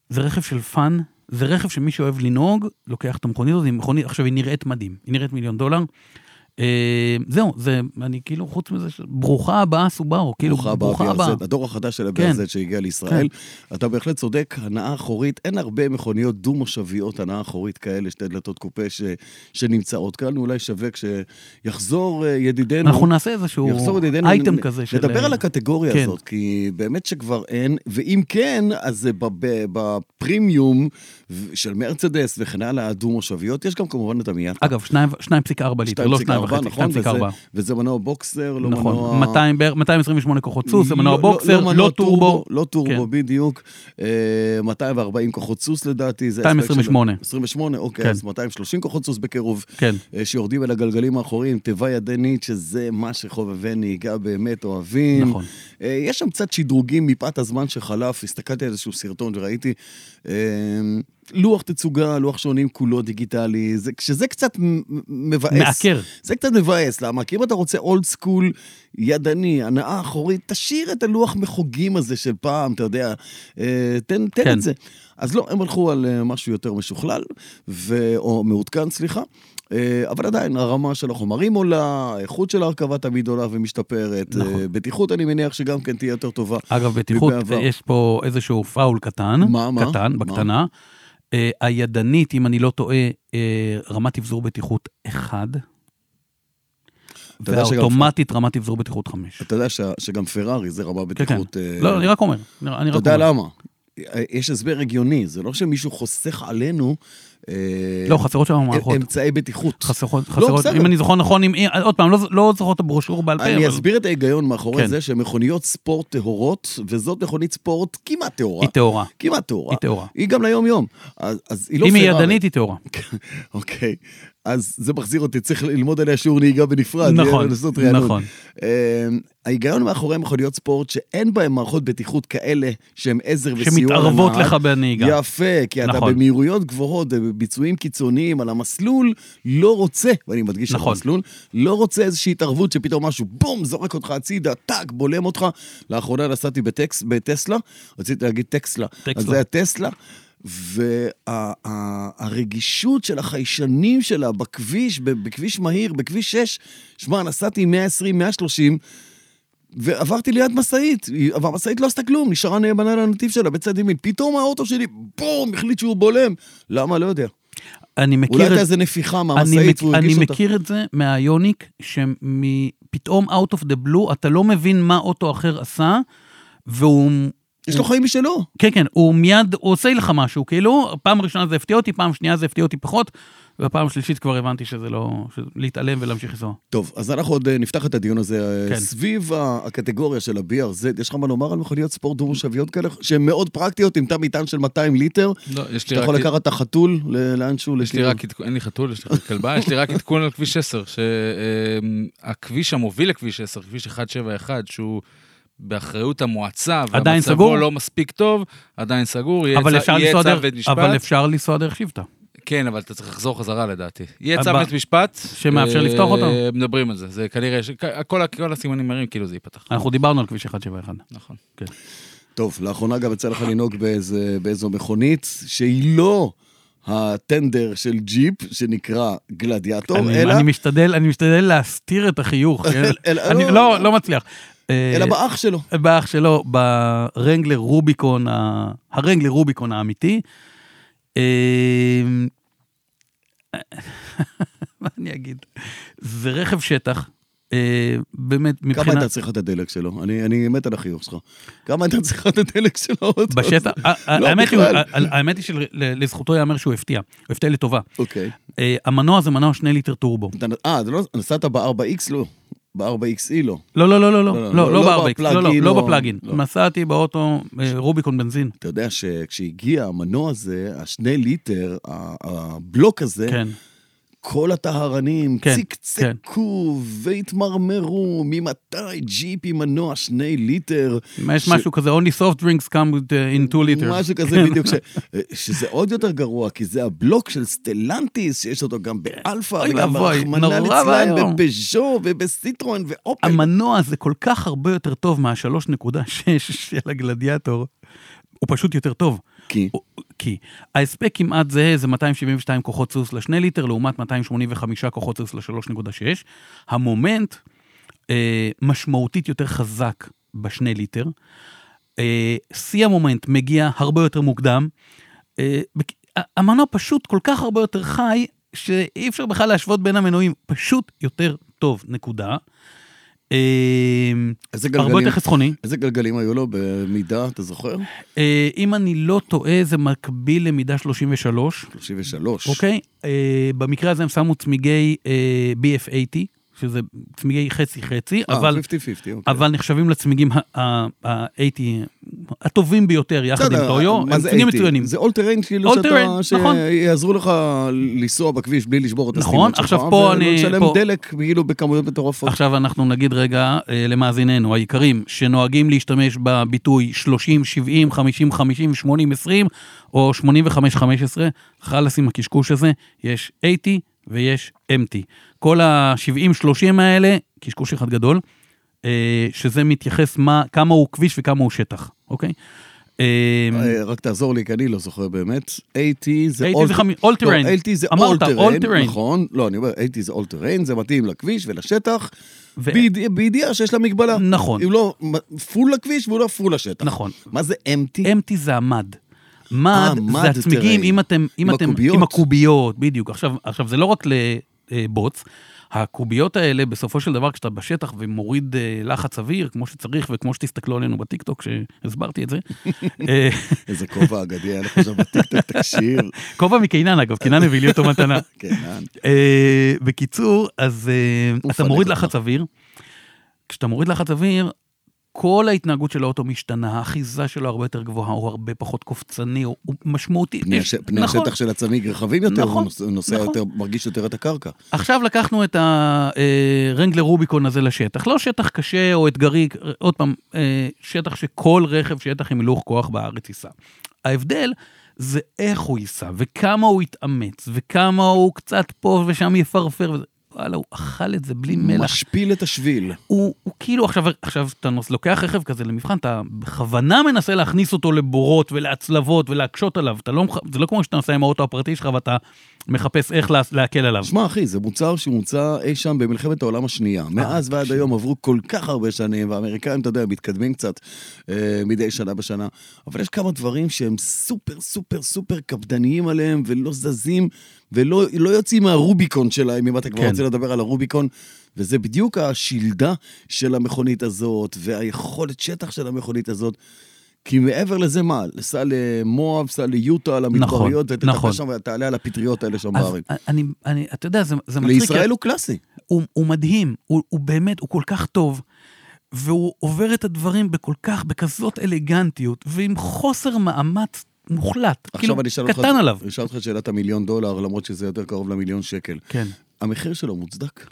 [SPEAKER 3] זה רכב של פאן, זה רכב שמי שאוהב לנהוג, לוקח את המכונית הזאת, היא מכונית, עכשיו היא נראית מדהים, היא נראית מיליון דולר. אה, זהו, זה, אני כאילו, חוץ מזה, ש- ברוכה הבאה סובארו, כאילו,
[SPEAKER 1] ברוכה הבאה,
[SPEAKER 3] ברוכה הבאה.
[SPEAKER 1] BRZ, הדור החדש של
[SPEAKER 3] כן.
[SPEAKER 1] ה-BRZ שהגיע לישראל. אתה בהחלט צודק, הנאה אחורית, אין הרבה מכוניות דו-מושביות, הנאה אחורית כאלה, שתי דלתות קופה ש- שנמצאות כאן, אולי שווה כשיחזור אה, ידידנו.
[SPEAKER 3] אנחנו נעשה איזשהו
[SPEAKER 1] יחזור ידידנו,
[SPEAKER 3] אייטם
[SPEAKER 1] נ-
[SPEAKER 3] כזה של...
[SPEAKER 1] נדבר על הקטגוריה
[SPEAKER 3] כן.
[SPEAKER 1] הזאת, כי באמת שכבר אין, ואם כן, אז זה ב- ב- בפרימיום ו- של מרצדס וכן הלאה, הדו-מושביות, יש גם כמובן את המיאט.
[SPEAKER 3] אגב, שניים- 2.4 ליטר, לא 2.5,
[SPEAKER 1] 2.4, נכון? וזה-
[SPEAKER 3] 2.4.
[SPEAKER 1] וזה מנוע בוקסר, לא
[SPEAKER 3] נכון,
[SPEAKER 1] מנוע...
[SPEAKER 3] 200 בערך- 228 כוחות סוס, זה מנוע
[SPEAKER 1] לא-
[SPEAKER 3] בוקסר, לא
[SPEAKER 1] מנוע
[SPEAKER 3] טורבו.
[SPEAKER 1] לא טורבו,
[SPEAKER 3] כן.
[SPEAKER 1] בדיוק. אה, 240 כוחות סוס לדעתי. זה הספק של-
[SPEAKER 3] 228.
[SPEAKER 1] 28, אוקיי,
[SPEAKER 3] כן.
[SPEAKER 1] אז 230 כוחות סוס בקירוב.
[SPEAKER 3] כן.
[SPEAKER 1] אה, שיורדים אל הגלגלים האחוריים, תיבה ידנית, שזה מה שחובבי נהיגה באמת אוהבים.
[SPEAKER 3] נכון.
[SPEAKER 1] אה, יש שם קצת שדרוגים מפאת הזמן שחלף, הסתכלתי על איזשהו סרטון וראיתי אה, לוח תצוגה, לוח שעונים כולו דיגיטלי, זה, שזה קצת מ- מ- מבאס.
[SPEAKER 3] מעקר.
[SPEAKER 1] זה קצת מבאס, למה? כי אם אתה רוצה אולד סקול, ידני, הנאה אחורית, תשאיר את הלוח מחוגים הזה של פעם, אתה יודע, אה, תן, תן
[SPEAKER 3] כן.
[SPEAKER 1] את זה. אז לא, הם הלכו על אה, משהו יותר משוכלל, ו... או מעודכן, סליחה. אה, אבל עדיין, הרמה של החומרים עולה, האיכות של ההרכבה תמיד עולה ומשתפרת.
[SPEAKER 3] נכון.
[SPEAKER 1] אה, בטיחות, אני מניח שגם כן תהיה יותר טובה.
[SPEAKER 3] אגב, בטיחות,
[SPEAKER 1] מבעבר.
[SPEAKER 3] יש פה איזשהו פאול קטן.
[SPEAKER 1] מה, מה?
[SPEAKER 3] קטן,
[SPEAKER 1] מה?
[SPEAKER 3] בקטנה. אה, הידנית, אם אני לא טועה, אה, רמת תבזור בטיחות 1.
[SPEAKER 1] אתה יודע שגם-
[SPEAKER 3] והאוטומטית רמת תבזור בטיחות 5.
[SPEAKER 1] אתה יודע ש... שגם פרארי זה רמה
[SPEAKER 3] כן, כן.
[SPEAKER 1] בטיחות... אה,
[SPEAKER 3] לא, אני רק אומר. אני רק
[SPEAKER 1] אתה יודע
[SPEAKER 3] אומר.
[SPEAKER 1] למה? אה, יש הסבר הגיוני, זה לא שמישהו חוסך עלינו אה,
[SPEAKER 3] לא, חסרות שם מערכות.
[SPEAKER 1] אמצעי בטיחות. לא,
[SPEAKER 3] חסרות, חסרות,
[SPEAKER 1] בסדר.
[SPEAKER 3] אם אני זוכר נכון, אם- אם- עוד פעם, לא ז- לא זוכר את הברושור בעל פה,
[SPEAKER 1] אני
[SPEAKER 3] אבל-
[SPEAKER 1] אסביר את ההיגיון מאחורי
[SPEAKER 3] כן.
[SPEAKER 1] זה שמכוניות ספורט טהורות, וזאת מכונית ספורט כמעט טהורה.
[SPEAKER 3] היא טהורה.
[SPEAKER 1] כמעט טהורה.
[SPEAKER 3] היא טהורה.
[SPEAKER 1] היא גם ליום-יום. אז, אז היא לא
[SPEAKER 3] אם היא
[SPEAKER 1] פרארי.
[SPEAKER 3] ידנית, היא טהורה.
[SPEAKER 1] אוקיי. אז זה מחזיר אותי, צריך ללמוד עליה שיעור נהיגה בנפרד.
[SPEAKER 3] נכון,
[SPEAKER 1] לעשות רענון.
[SPEAKER 3] נכון.
[SPEAKER 1] אה, ההיגיון מאחורי מכוניות ספורט, שאין בהן מערכות בטיחות כאלה שהן עזר וסיוע לנהג.
[SPEAKER 3] שמתערבות לך בנהיגה.
[SPEAKER 1] יפה, כי אתה
[SPEAKER 3] נכון.
[SPEAKER 1] במהירויות גבוהות, אה, בביצועים קיצוניים על המסלול, לא רוצה, ואני מדגיש על
[SPEAKER 3] נכון.
[SPEAKER 1] המסלול, לא רוצה איזושהי התערבות שפתאום משהו, בום, זורק אותך הצידה, טאק, בולם אותך. לאחרונה נסעתי בטקס, בטסלה, רציתי להגיד טקסלה,
[SPEAKER 3] טקסלה.
[SPEAKER 1] אז זה היה טסלה. והרגישות של החיישנים שלה בכביש, ב- בכביש מהיר, בכביש 6, שמע, נסעתי 120, 130, ועברתי ליד משאית, היא- אבל המשאית לא עשתה כלום, נשארה נאמנה לנתיב שלה בצד ימין. פתאום האוטו שלי, בום, החליט שהוא בולם. למה? לא יודע.
[SPEAKER 3] אני
[SPEAKER 1] אולי
[SPEAKER 3] מכיר
[SPEAKER 1] הייתה
[SPEAKER 3] את זה,
[SPEAKER 1] איזה נפיחה
[SPEAKER 3] אני,
[SPEAKER 1] מהמשאית
[SPEAKER 3] מכ...
[SPEAKER 1] והוא
[SPEAKER 3] אני
[SPEAKER 1] הרגיש אותה.
[SPEAKER 3] מכיר את זה מהיוניק, שפתאום out of the blue, אתה לא מבין מה אוטו אחר עשה, והוא...
[SPEAKER 1] יש לו חיים משלו.
[SPEAKER 3] כן, כן, הוא מיד, הוא עושה לך משהו, כאילו, פעם ראשונה זה הפתיע אותי, פעם שנייה זה הפתיע אותי פחות, ופעם שלישית כבר הבנתי שזה לא... שזה להתעלם ולהמשיך לנסוע.
[SPEAKER 1] טוב, אז אנחנו עוד אה, נפתח את הדיון הזה אה,
[SPEAKER 3] כן.
[SPEAKER 1] סביב ה- הקטגוריה של ה-BRZ. יש לך מה לומר על מכוניות ספורט דו-מושביות כאלה, שהן מאוד פרקטיות, עם תא מטען של 200 ליטר,
[SPEAKER 2] לא, יש לי
[SPEAKER 1] שאתה יכול
[SPEAKER 2] רק-
[SPEAKER 1] לקחת את החתול ל- לאנשהו,
[SPEAKER 2] יש לי
[SPEAKER 3] כאילו-
[SPEAKER 2] רק עדכון, אין לי חתול, יש לי רק כלבה, יש לי רק עדכון על כביש 10, שהכביש המוביל לכביש 10, כביש 171, שהוא באחריות המועצה,
[SPEAKER 3] עדיין סגור?
[SPEAKER 2] לא מספיק טוב, עדיין סגור, יהיה
[SPEAKER 3] אבל
[SPEAKER 2] צו-
[SPEAKER 3] אפשר,
[SPEAKER 2] יהיה
[SPEAKER 3] לנסוע
[SPEAKER 2] צו
[SPEAKER 3] דרך,
[SPEAKER 2] בית משפט.
[SPEAKER 3] אבל אפשר לנסוע דרך שבטה.
[SPEAKER 2] כן, אבל אתה צריך לחזור חזרה לדעתי. יהיה צו
[SPEAKER 3] הבא.
[SPEAKER 2] בית משפט.
[SPEAKER 3] שמאפשר
[SPEAKER 2] אה,
[SPEAKER 3] לפתוח אותו?
[SPEAKER 2] מדברים על זה, זה כנראה, ש- כ- כל ה- כל הסימנים מראים כאילו זה ייפתח.
[SPEAKER 3] אנחנו דיברנו על כביש 171.
[SPEAKER 2] נכון.
[SPEAKER 1] טוב, לאחרונה גם יצא לך לנהוג באיזה, באיזו מכונית שהיא לא הטנדר של ג'יפ, שנקרא גלדיאטור,
[SPEAKER 3] אני,
[SPEAKER 1] לא, אלא,
[SPEAKER 3] אני משתדל, אני משתדל להסתיר את החיוך, כן?
[SPEAKER 1] אל-
[SPEAKER 3] אני
[SPEAKER 1] לא-
[SPEAKER 3] לא, לא מצליח.
[SPEAKER 1] אלא
[SPEAKER 3] אה,
[SPEAKER 1] באח שלו.
[SPEAKER 3] באח שלו, ברנגלר רוביקון, ה- הרנגלר רוביקון האמיתי. אה, מה אני אגיד? זה רכב שטח, אה, באמת,
[SPEAKER 1] כמה הייתה
[SPEAKER 3] מבחינת...
[SPEAKER 1] צריכה את הדלק שלו? אני, אני מת על החיוך שלך. כמה הייתה צריכה את הדלק של האוטו?
[SPEAKER 3] בשטח, ה- ה-
[SPEAKER 1] לא,
[SPEAKER 3] האמת היא,
[SPEAKER 1] בכלל.
[SPEAKER 3] ה- האמת היא שלזכותו ייאמר שהוא הפתיע, הוא הפתיע לטובה.
[SPEAKER 1] אוקיי.
[SPEAKER 3] אה, המנוע זה מנוע שני ליטר טורבו.
[SPEAKER 1] אתה- אה, זה לא- נסעת ב-4X? לא. ב-4XE לא.
[SPEAKER 3] לא, לא, לא, לא, לא, לא, לא בארבק, לא, לא,
[SPEAKER 1] בפלאגין
[SPEAKER 3] לא
[SPEAKER 1] או-
[SPEAKER 3] בפלאגין.
[SPEAKER 1] לא.
[SPEAKER 3] נסעתי באוטו אה, רוביקון בנזין.
[SPEAKER 1] אתה יודע שכשהגיע המנוע הזה, השני ליטר, ה- הבלוק הזה,
[SPEAKER 3] כן,
[SPEAKER 1] כל הטהרנים
[SPEAKER 3] כן,
[SPEAKER 1] כן, צקצקו כן. והתמרמרו ממתי ג'יפ עם מנוע שני ליטר.
[SPEAKER 3] יש
[SPEAKER 1] ש-
[SPEAKER 3] משהו כזה, only soft drinks come with, uh, in two liters.
[SPEAKER 1] משהו כזה בדיוק, ש... שזה עוד יותר גרוע, כי זה הבלוק של סטלנטיס, שיש אותו גם באלפא,
[SPEAKER 3] אוי
[SPEAKER 1] וגם
[SPEAKER 3] ואבוי, נורא
[SPEAKER 1] ברחמנא ליצלן,
[SPEAKER 3] ואיום.
[SPEAKER 1] בפז'ו ובסיטרון ואופל.
[SPEAKER 3] המנוע הזה כל כך הרבה יותר טוב מה-3.6 של הגלדיאטור, הוא פשוט יותר טוב.
[SPEAKER 1] כי?
[SPEAKER 3] כי ההספק כמעט זהה זה 272 כוחות סוס לשני ליטר לעומת 285 כוחות סוס ל-3.6. המומנט אה, משמעותית יותר חזק בשני ליטר. אה, שיא המומנט מגיע הרבה יותר מוקדם. אה, בק- ה- המנוע פשוט כל כך הרבה יותר חי, שאי אפשר בכלל להשוות בין המנועים, פשוט יותר טוב, נקודה. אה,
[SPEAKER 1] איזה
[SPEAKER 3] הרבה
[SPEAKER 1] גלגלים,
[SPEAKER 3] יותר חסכוני.
[SPEAKER 1] איזה גלגלים היו לו במידה, אתה זוכר?
[SPEAKER 3] אה, אם אני לא טועה, זה מקביל למידה 33.
[SPEAKER 1] 33.
[SPEAKER 3] אוקיי? אה, במקרה הזה הם שמו צמיגי אה, BF80, שזה צמיגי חצי-חצי,
[SPEAKER 1] אה,
[SPEAKER 3] אבל,
[SPEAKER 1] 50-50, אוקיי.
[SPEAKER 3] אבל נחשבים לצמיגים ה- ה- ה-80 הטובים ביותר יחד עם
[SPEAKER 1] בסדר,
[SPEAKER 3] טויו,
[SPEAKER 1] מה
[SPEAKER 3] הם
[SPEAKER 1] זה
[SPEAKER 3] צמיגים
[SPEAKER 1] 80?
[SPEAKER 3] מצוינים.
[SPEAKER 1] זה אול טרן, כאילו,
[SPEAKER 3] All
[SPEAKER 1] שאתה...
[SPEAKER 3] terrain, נכון.
[SPEAKER 1] שיעזרו לך לנסוע בכביש בלי לשבור את
[SPEAKER 3] נכון,
[SPEAKER 1] הסטימות שלך.
[SPEAKER 3] עכשיו פה אני-
[SPEAKER 1] ולשלם
[SPEAKER 3] פה-
[SPEAKER 1] דלק, כאילו, בכמויות מטורפות.
[SPEAKER 3] עכשיו אנחנו נגיד רגע אה, למאזיננו היקרים, שנוהגים להשתמש בביטוי 30, 70, 50, 50, 80, 20, או 85, 15, חלאס עם הקשקוש הזה, יש 80 ויש empty. כל ה-70, 30 האלה, קשקוש אחד גדול, אה, שזה מתייחס מה, כמה הוא כביש וכמה הוא שטח, אוקיי? אה,
[SPEAKER 1] אה, רק תעזור לי, כי אני לא זוכר באמת. 80 זה
[SPEAKER 3] 80 זה חמי- all
[SPEAKER 1] לא,
[SPEAKER 3] terrain.
[SPEAKER 1] 80 זה
[SPEAKER 3] אמרת,
[SPEAKER 1] all
[SPEAKER 3] all
[SPEAKER 1] terrain,
[SPEAKER 3] terrain.
[SPEAKER 1] נכון. לא, אני אומר, 80 זה all terrain, זה מתאים לכביש ולשטח,
[SPEAKER 3] ו-
[SPEAKER 1] ביד- בידיעה שיש לה מגבלה.
[SPEAKER 3] נכון.
[SPEAKER 1] הוא לא מ- פול לכביש והוא לא פול לשטח.
[SPEAKER 3] נכון.
[SPEAKER 1] מה זה empty?
[SPEAKER 3] אמפטי זה המד. מד
[SPEAKER 1] אה, מד
[SPEAKER 3] זה הצמיגים,
[SPEAKER 1] טרעי.
[SPEAKER 3] אם אתם...
[SPEAKER 1] עם
[SPEAKER 3] אם אתם,
[SPEAKER 1] הקוביות.
[SPEAKER 3] עם הקוביות, בדיוק. עכשיו, עכשיו זה לא רק לבוץ, הקוביות האלה, בסופו של דבר, כשאתה בשטח ומוריד אה, לחץ אוויר, כמו שצריך, וכמו שתסתכלו עלינו בטיקטוק, שהסברתי את זה. אה,
[SPEAKER 1] איזה כובע אגדי היה לך עכשיו בטיקטוק, תקשיב.
[SPEAKER 3] כובע מקינן, אגב, קינן הביא לי אותו מתנה.
[SPEAKER 1] כן, אה,
[SPEAKER 3] אה, בקיצור, אז אה,
[SPEAKER 1] הוא
[SPEAKER 3] אתה
[SPEAKER 1] מפנק
[SPEAKER 3] מוריד
[SPEAKER 1] אותך.
[SPEAKER 3] לחץ אוויר. כשאתה מוריד לחץ אוויר, כל ההתנהגות של האוטו משתנה, האחיזה שלו הרבה יותר גבוהה, הוא הרבה פחות קופצני, הוא הוא משמעותי.
[SPEAKER 1] פני
[SPEAKER 3] יש-
[SPEAKER 1] הש- פני השטח של הצמיג רחבים יותר,
[SPEAKER 3] נכון,
[SPEAKER 1] הוא נוס- נוסע
[SPEAKER 3] נכון.
[SPEAKER 1] יותר, מרגיש יותר את הקרקע.
[SPEAKER 3] עכשיו לקחנו את הרנגלר רוביקון הזה לשטח, לא שטח קשה או אתגרי, עוד פעם, אה, שטח שכל רכב שטח עם הילוך כוח בארץ ייסע. ההבדל זה איך הוא ייסע, וכמה הוא יתאמץ, וכמה הוא קצת פה ושם יפרפר, וזה- וואלה, הוא אכל את זה בלי מלח.
[SPEAKER 1] משפיל את השביל.
[SPEAKER 3] הוא, הוא כאילו עכשיו, עכשיו אתה נוס, לוקח רכב כזה למבחן, אתה בכוונה מנסה להכניס אותו לבורות ולהצלבות ולהקשות עליו, אתה לא, מח- זה לא כמו שאתה נוסע עם האוטו הפרטי שלך ואתה מחפש איך לה, להקל עליו. אה,
[SPEAKER 1] שמע, אחי, זה מוצר שהומצא אי שם במלחמת העולם השנייה. מאז ועד היום עברו כל כך הרבה שנים, והאמריקאים, אתה יודע, מתקדמים קצת אה, מדי שנה בשנה. אבל יש כמה דברים שהם סופר סופר סופר קפדניים עליהם, ולא זזים, ולא לא יוצאים מהרוביקון שלהם, אם אתה כבר
[SPEAKER 3] כן.
[SPEAKER 1] רוצה לדבר על הרוביקון. וזה בדיוק השלדה של המכונית הזאת, והיכולת שטח של המכונית הזאת. כי מעבר לזה מה? סע למואב, סע ליוטה, למדבריות, ותטפל
[SPEAKER 3] נכון.
[SPEAKER 1] שם ותעלה על הפטריות האלה שם
[SPEAKER 3] אז
[SPEAKER 1] בארץ.
[SPEAKER 3] אני, אני, אתה יודע, זה, זה מצחיק.
[SPEAKER 1] לישראל הוא קלאסי.
[SPEAKER 3] הוא, הוא מדהים, הוא, הוא באמת, הוא כל כך טוב, והוא עובר את הדברים בכל כך, בכזאת אלגנטיות, ועם חוסר מאמץ מוחלט.
[SPEAKER 1] עכשיו
[SPEAKER 3] כאילו,
[SPEAKER 1] אני אשאל אותך...
[SPEAKER 3] קטן עליו.
[SPEAKER 1] אני אשאל אותך את שאלת המיליון דולר, למרות שזה יותר קרוב למיליון שקל.
[SPEAKER 3] כן.
[SPEAKER 1] המחיר שלו מוצדק?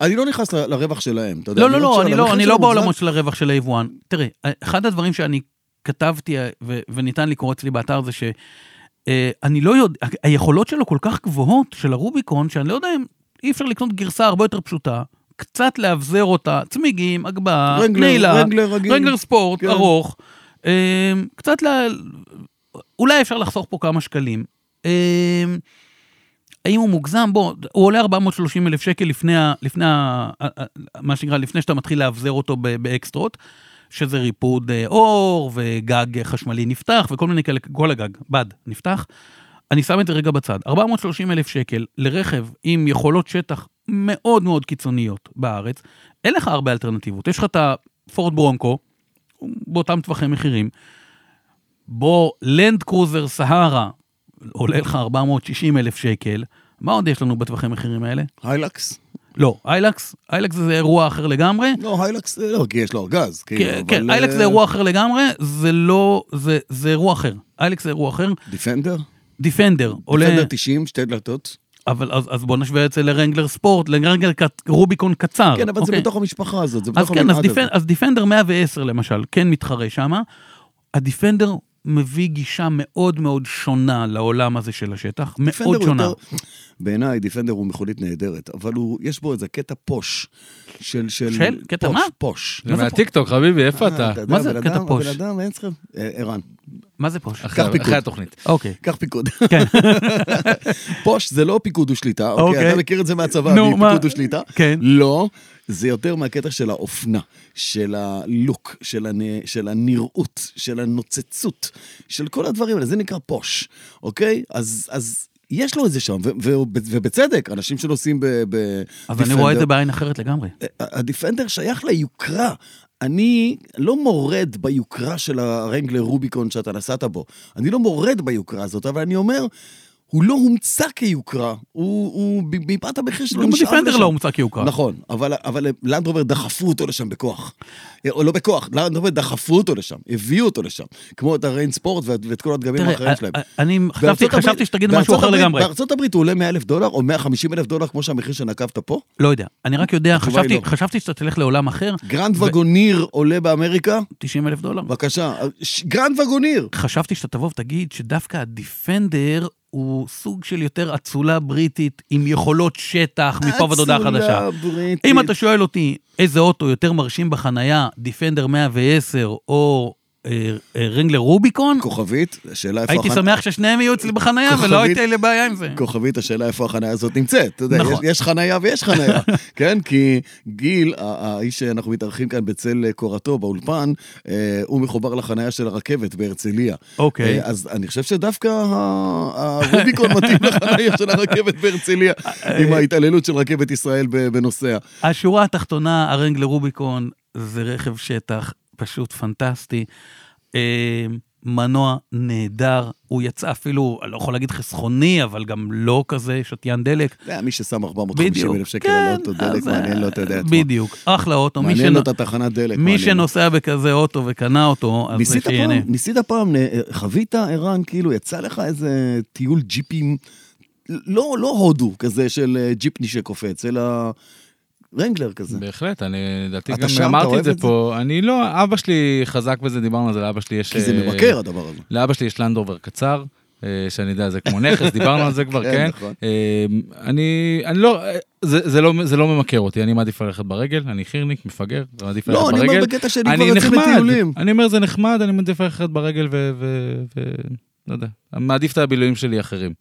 [SPEAKER 1] אני לא נכנס ל- לרווח שלהם, אתה יודע.
[SPEAKER 3] לא, לא, לא,
[SPEAKER 1] שואל,
[SPEAKER 3] אני
[SPEAKER 1] המחיר
[SPEAKER 3] לא, אני
[SPEAKER 1] שלו
[SPEAKER 3] לא
[SPEAKER 1] מוצדק?
[SPEAKER 3] בעולמות של הרווח של היבואן. תראה, אחד הדברים שאני כתבתי ו- וניתן לקרוא אצלי באתר זה שאני לא יודע, ה- היכולות שלו כל כך גבוהות, של הרוביקון, שאני לא יודע אם אי אפשר לקנות גרסה הרבה יותר פשוטה, קצת לאבזר אותה, צמיגים, הגבהה,
[SPEAKER 1] רנגלר,
[SPEAKER 3] נעילה,
[SPEAKER 1] רנגלר רגיל.
[SPEAKER 3] רנגלר ספורט,
[SPEAKER 1] כן.
[SPEAKER 3] ארוך, אה, קצת ל... אולי אפשר לחסוך פה כמה שקלים. אה, האם הוא מוגזם? בוא, הוא עולה 430 אלף שקל לפני, ה- לפני ה- ה- ה- מה שנקרא, לפני שאתה מתחיל לאבזר אותו ב- באקסטרות, שזה ריפוד אה, אור וגג חשמלי נפתח וכל מיני כאלה, כל הגג, בד, נפתח. אני שם את זה רגע בצד. 430 אלף שקל לרכב עם יכולות שטח מאוד מאוד קיצוניות בארץ, אין לך הרבה אלטרנטיבות. יש לך את הפורד ברונקו, באותם טווחי מחירים. בוא, לנד קרוזר סהרה, עולה לך 460 אלף שקל, מה עוד יש לנו בטווחי מחירים האלה?
[SPEAKER 1] היילקס?
[SPEAKER 3] לא, איילקס, איילקס זה אירוע אחר לגמרי.
[SPEAKER 1] לא, היילקס, אה, לא, כי יש לו ארגז. כאילו,
[SPEAKER 3] כן,
[SPEAKER 1] אבל,
[SPEAKER 3] כן,
[SPEAKER 1] אה,
[SPEAKER 3] איילקס זה אירוע אחר לגמרי, זה לא, זה- זה אירוע אחר. איילקס זה אירוע אחר,
[SPEAKER 1] דיפנדר?
[SPEAKER 3] דיפנדר עולה,
[SPEAKER 1] דיפנדר 90, שתי דלתות.
[SPEAKER 3] אבל אז אז בוא נשווה את זה לרנגלר ספורט, לרנגלר קט- רוביקון קצר.
[SPEAKER 1] כן, אבל זה
[SPEAKER 3] אוקיי?
[SPEAKER 1] בתוך המשפחה הזאת, זה
[SPEAKER 3] אז
[SPEAKER 1] בתוך
[SPEAKER 3] כן, אז
[SPEAKER 1] המנעד הזה.
[SPEAKER 3] דיפנ- אז דיפנדר 110 למשל, כן מתחרה שמה. הדיפנדר מביא גישה מאוד מאוד שונה לעולם הזה של השטח,
[SPEAKER 1] דיפנדר
[SPEAKER 3] מאוד
[SPEAKER 1] הוא
[SPEAKER 3] שונה.
[SPEAKER 1] יותר- בעיניי, דיפנדר הוא מכונית נהדרת, אבל הוא, יש בו איזה קטע פוש. של... של?
[SPEAKER 3] של? קטע
[SPEAKER 1] פוש,
[SPEAKER 3] מה?
[SPEAKER 1] פוש.
[SPEAKER 2] זה מהטיקטוק, חביבי, איפה אתה?
[SPEAKER 1] יודע,
[SPEAKER 3] מה זה
[SPEAKER 1] הבן
[SPEAKER 3] קטע
[SPEAKER 1] אדם-
[SPEAKER 3] פוש?
[SPEAKER 1] הבן אדם, אין צריכים... אה, ערן,
[SPEAKER 3] מה זה פוש?
[SPEAKER 2] אחרי-
[SPEAKER 1] פיקוד.
[SPEAKER 2] אחרי התוכנית.
[SPEAKER 3] אוקיי.
[SPEAKER 1] קח פיקוד.
[SPEAKER 3] כן.
[SPEAKER 1] פוש זה לא פיקוד ושליטה, אוקיי?
[SPEAKER 3] אוקיי.
[SPEAKER 1] אתה מכיר את זה מהצבא,
[SPEAKER 3] נו, מה?
[SPEAKER 1] מפיקוד ושליטה?
[SPEAKER 3] כן.
[SPEAKER 1] לא, זה יותר מהקטע של האופנה, של הלוק, של, הנ... של הנראות, של הנוצצות, של כל הדברים האלה, זה נקרא פוש, אוקיי? אז... אז... יש לו את זה שם, ו- ו- ובצדק, אנשים שנוסעים ב... ב-
[SPEAKER 3] אבל אני רואה את
[SPEAKER 1] Defender,
[SPEAKER 3] זה בעין אחרת לגמרי.
[SPEAKER 1] הדיפנדר שייך ליוקרה. אני לא מורד ביוקרה של הרנגלר רוביקון שאתה נסעת בו. אני לא מורד ביוקרה הזאת, אבל אני אומר, הוא לא הומצא כיוקרה, הוא, הוא ב- מפאת המחיר שלו
[SPEAKER 3] גם
[SPEAKER 1] נשאב
[SPEAKER 3] הדיפנדר
[SPEAKER 1] לשם.
[SPEAKER 3] לא הומצא כיוקרה.
[SPEAKER 1] נכון, אבל, אבל לנדרובר דחפו אותו לשם בכוח. או לא בכוח, לנדרובר דחפו אותו לשם, הביאו אותו לשם. כמו את הריין ספורט ואת, ואת כל הדגמים האחרים שלהם.
[SPEAKER 3] תראה, אני
[SPEAKER 1] בארצות
[SPEAKER 3] חשבתי-
[SPEAKER 1] הברית-
[SPEAKER 3] חשבתי שתגיד
[SPEAKER 1] בארצות
[SPEAKER 3] משהו אחר
[SPEAKER 1] הברית-
[SPEAKER 3] לגמרי.
[SPEAKER 1] בארצות הברית הוא עולה 100 אלף דולר או 150 אלף דולר כמו שהמחיר שנקבת פה?
[SPEAKER 3] לא יודע, אני רק יודע,
[SPEAKER 1] התשובה היא
[SPEAKER 3] חשבתי-
[SPEAKER 1] לא.
[SPEAKER 3] חשבתי שאתה תלך לעולם אחר,
[SPEAKER 1] גרנד וגוניר עולה באמריקה?
[SPEAKER 3] 90 אלף דולר.
[SPEAKER 1] בבקשה, ש- גרנד וגוניר.
[SPEAKER 3] חשבתי שאתה תבוא ותגיד שדווקא הדיפנדר הוא סוג של יותר אצולה בריטית עם יכולות שטח מפה ועד הודעה חדשה.
[SPEAKER 1] אצולה בריטית.
[SPEAKER 3] אם אתה שואל אותי איזה אוטו יותר מרשים בחנייה, דיפנדר 110 או אה, אה, רנגלר רוביקון,
[SPEAKER 1] כוכבית, השאלה איפה...
[SPEAKER 3] הייתי
[SPEAKER 1] החנ-
[SPEAKER 3] שמח ששניהם יהיו אצלי בחנייה
[SPEAKER 1] כוכבית-
[SPEAKER 3] ולא הייתי לי בעיה עם זה.
[SPEAKER 1] כוכבית, השאלה איפה החניה הזאת נמצאת. אתה יודע, יש-
[SPEAKER 3] נכון.
[SPEAKER 1] יש חניה ויש חניה, כן? כי גיל, ה- האיש שאנחנו מתארחים כאן בצל אה, קורתו באולפן, אה, הוא מחובר לחניה של הרכבת בהרצליה.
[SPEAKER 3] אוקיי.
[SPEAKER 1] אה, אז אני חושב שדווקא ה- הרוביקון מתאים לחניה של הרכבת בהרצליה,
[SPEAKER 3] אה,
[SPEAKER 1] עם ההתעללות של רכבת ישראל ב- בנוסע.
[SPEAKER 3] השורה התחתונה, הרנגלר רוביקון זה רכב שטח פשוט פנטסטי. אה, מנוע נהדר, הוא יצא אפילו, אני לא יכול להגיד חסכוני, אבל גם לא כזה שתיין דלק.
[SPEAKER 1] אתה יודע, אה, מי ששם 450
[SPEAKER 3] בדיוק.
[SPEAKER 1] אלף שקל על
[SPEAKER 3] כן,
[SPEAKER 1] אוטו
[SPEAKER 3] אז, אה,
[SPEAKER 1] דלק, מעניין לו, אתה יודע את מה.
[SPEAKER 3] בדיוק, אחלה אוטו. מי
[SPEAKER 1] מעניין לו
[SPEAKER 3] שנ-
[SPEAKER 1] את התחנת דלק.
[SPEAKER 3] מי
[SPEAKER 1] מעניין לו.
[SPEAKER 3] שנוסע בכזה אוטו וקנה אותו, אז זה
[SPEAKER 1] ניסית
[SPEAKER 3] שיהנה.
[SPEAKER 1] פעם, ניסית פעם, נ- חווית, ערן, כאילו, יצא לך איזה טיול ג'יפים, לא, לא הודו כזה של אה, ג'יפני שקופץ, אלא רנגלר כזה.
[SPEAKER 2] בהחלט, אני לדעתי
[SPEAKER 1] אתה
[SPEAKER 2] גם
[SPEAKER 1] שם, אתה
[SPEAKER 2] אמרתי
[SPEAKER 1] אוהב
[SPEAKER 2] את זה
[SPEAKER 1] את זה?
[SPEAKER 2] פה. אני לא, אבא שלי חזק בזה, דיברנו על זה, לאבא שלי יש...
[SPEAKER 1] כי זה
[SPEAKER 2] אה,
[SPEAKER 1] מבקר הדבר הזה.
[SPEAKER 2] לאבא שלי יש לנדרובר קצר, אה, שאני יודע, זה כמו נכס, דיברנו על זה כבר,
[SPEAKER 1] כן,
[SPEAKER 2] כן.
[SPEAKER 1] נכון.
[SPEAKER 2] אה, אני אני לא, אה, זה זה לא זה לא ממכר אותי, אני מעדיף ללכת ברגל, אני חירניק, מפגר, מעדיף
[SPEAKER 3] אה,
[SPEAKER 2] ללכת
[SPEAKER 1] לא,
[SPEAKER 2] ברגל.
[SPEAKER 1] אני אומר בקטע שאני כבר
[SPEAKER 2] אני
[SPEAKER 1] יוצא
[SPEAKER 2] נחמד.
[SPEAKER 1] לטיולים.
[SPEAKER 2] אני אומר, זה נחמד, אני מעדיף ללכת ברגל ו... ו- ו- לא יודע, מעדיף את הבילויים שלי אחרים.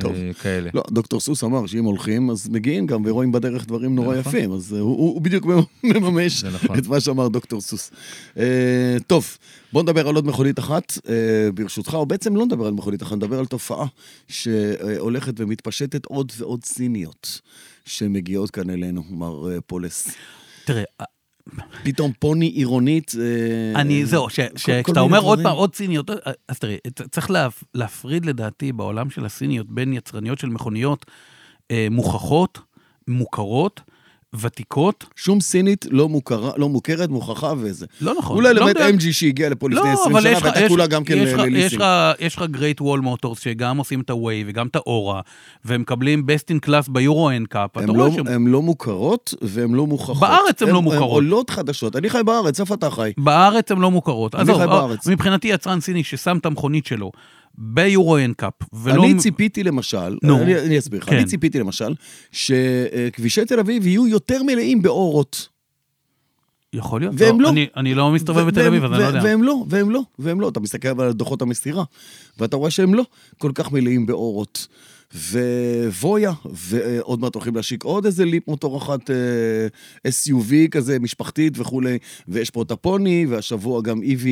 [SPEAKER 1] טוב.
[SPEAKER 2] אה, כאלה.
[SPEAKER 1] לא, דוקטור סוס אמר שאם הולכים, אז מגיעים גם ורואים בדרך דברים נורא
[SPEAKER 2] זה נכון.
[SPEAKER 1] יפים, אז אה, הוא- הוא הוא בדיוק מממש
[SPEAKER 2] זה נכון.
[SPEAKER 1] את מה שאמר דוקטור סוס. אה, טוב, בוא נדבר על עוד מכונית אחת, אה, ברשותך, או בעצם לא נדבר על מכונית אחת, נדבר על תופעה שהולכת ומתפשטת עוד ועוד סיניות שמגיעות כאן אלינו, מר אה, פולס.
[SPEAKER 3] תראה,
[SPEAKER 1] פתאום פוני עירונית. אה,
[SPEAKER 3] אני, זהו, ש-
[SPEAKER 1] מיני
[SPEAKER 3] שכשאתה אומר עוד
[SPEAKER 1] דברים.
[SPEAKER 3] פעם, עוד ציניות, אז תראה, צ- צריך להפ- להפריד לדעתי בעולם של הסיניות בין יצרניות של מכוניות אה, מוכחות, מוכרות, ותיקות.
[SPEAKER 1] שום סינית לא מוכרה- לא מוכרת, מוכחה וזה.
[SPEAKER 3] לא נכון.
[SPEAKER 1] אולי
[SPEAKER 3] לא
[SPEAKER 1] למעט
[SPEAKER 3] מדויק.
[SPEAKER 1] MG שהגיע לפה לפני
[SPEAKER 3] לא,
[SPEAKER 1] 20
[SPEAKER 3] אבל
[SPEAKER 1] שנה,
[SPEAKER 3] יש לך-
[SPEAKER 1] והייתה
[SPEAKER 3] יש-
[SPEAKER 1] כולה גם כן
[SPEAKER 3] יש לך-
[SPEAKER 1] לליסינג.
[SPEAKER 3] יש לך- יש לך גרייט וול מוטורס שגם עושים את ה-Way וגם את האורה, והם מקבלים best in class ביורו אין קאפ. אתה
[SPEAKER 1] הן
[SPEAKER 3] רואה
[SPEAKER 1] לא,
[SPEAKER 3] שהם...
[SPEAKER 1] הם לא מוכרות והן לא מוכחות.
[SPEAKER 3] בארץ הן לא
[SPEAKER 1] הן
[SPEAKER 3] מוכרות.
[SPEAKER 1] עולות חדשות. אני חי בארץ, איפה אתה חי?
[SPEAKER 3] בארץ הן לא מוכרות.
[SPEAKER 1] אני
[SPEAKER 3] עזוב,
[SPEAKER 1] חי
[SPEAKER 3] אה,
[SPEAKER 1] בארץ.
[SPEAKER 3] מבחינתי יצרן סיני ששם את המכונית שלו ביורו אין קאפ, ולא...
[SPEAKER 1] אני ציפיתי למשל,
[SPEAKER 3] נו.
[SPEAKER 1] אני, אני אסביר לך,
[SPEAKER 3] כן.
[SPEAKER 1] אני ציפיתי למשל, שכבישי תל אביב יהיו יותר מלאים באורות.
[SPEAKER 3] יכול להיות.
[SPEAKER 1] והם לא.
[SPEAKER 3] אני, אני לא מסתובב
[SPEAKER 1] ו-
[SPEAKER 3] בתל
[SPEAKER 1] והם-
[SPEAKER 3] אביב, אז אני
[SPEAKER 1] ו-
[SPEAKER 3] לא יודע.
[SPEAKER 1] והם לא, והם לא, והם לא. אתה מסתכל אבל על דוחות המסירה, ואתה רואה שהם לא כל כך מלאים באורות. וויה, ועוד מעט הולכים להשיק עוד איזה ליפ מוטור אחת, אה, SUV כזה, משפחתית וכולי, ויש פה את הפוני, והשבוע גם EV,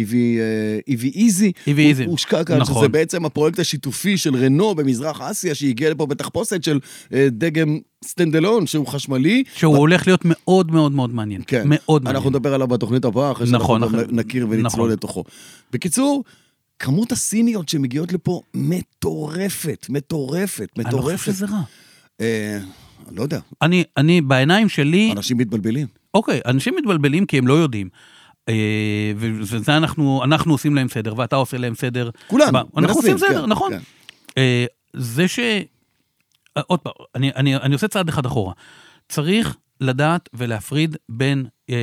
[SPEAKER 1] EV, אה, EV איזי.
[SPEAKER 3] EV איזי.
[SPEAKER 1] הוא הושקע כאן,
[SPEAKER 3] נכון.
[SPEAKER 1] שזה בעצם הפרויקט השיתופי של רנו במזרח אסיה, שהגיע לפה בתחפושת של אה, דגם סטנדלון, שהוא חשמלי,
[SPEAKER 3] שהוא הולך להיות מאוד מאוד מאוד מעניין.
[SPEAKER 1] כן.
[SPEAKER 3] מאוד מעניין.
[SPEAKER 1] אנחנו נדבר עליו בתוכנית הבאה, אחרי שאנחנו
[SPEAKER 3] נכון,
[SPEAKER 1] גם
[SPEAKER 3] אחרי-
[SPEAKER 1] נכיר ונצלול
[SPEAKER 3] נכון.
[SPEAKER 1] לתוכו. בקיצור, כמות הסיניות שמגיעות לפה מטורפת, מטורפת,
[SPEAKER 3] אני לא חושב
[SPEAKER 1] מטורפת.
[SPEAKER 3] שזה רע.
[SPEAKER 1] אה, לא יודע,
[SPEAKER 3] אני, אני, בעיניים שלי,
[SPEAKER 1] אנשים מתבלבלים.
[SPEAKER 3] אוקיי, אנשים מתבלבלים כי הם לא יודעים. אה, ו- וזה אנחנו, אנחנו עושים להם סדר, ואתה עושה להם סדר.
[SPEAKER 1] כולנו,
[SPEAKER 3] ב- אנחנו
[SPEAKER 1] מנסים,
[SPEAKER 3] עושים סדר,
[SPEAKER 1] כן,
[SPEAKER 3] נכון.
[SPEAKER 1] כן.
[SPEAKER 3] אה, זה ש... אה, עוד פעם, אני, אני, אני עושה צעד אחד אחורה. צריך לדעת ולהפריד בין... אה,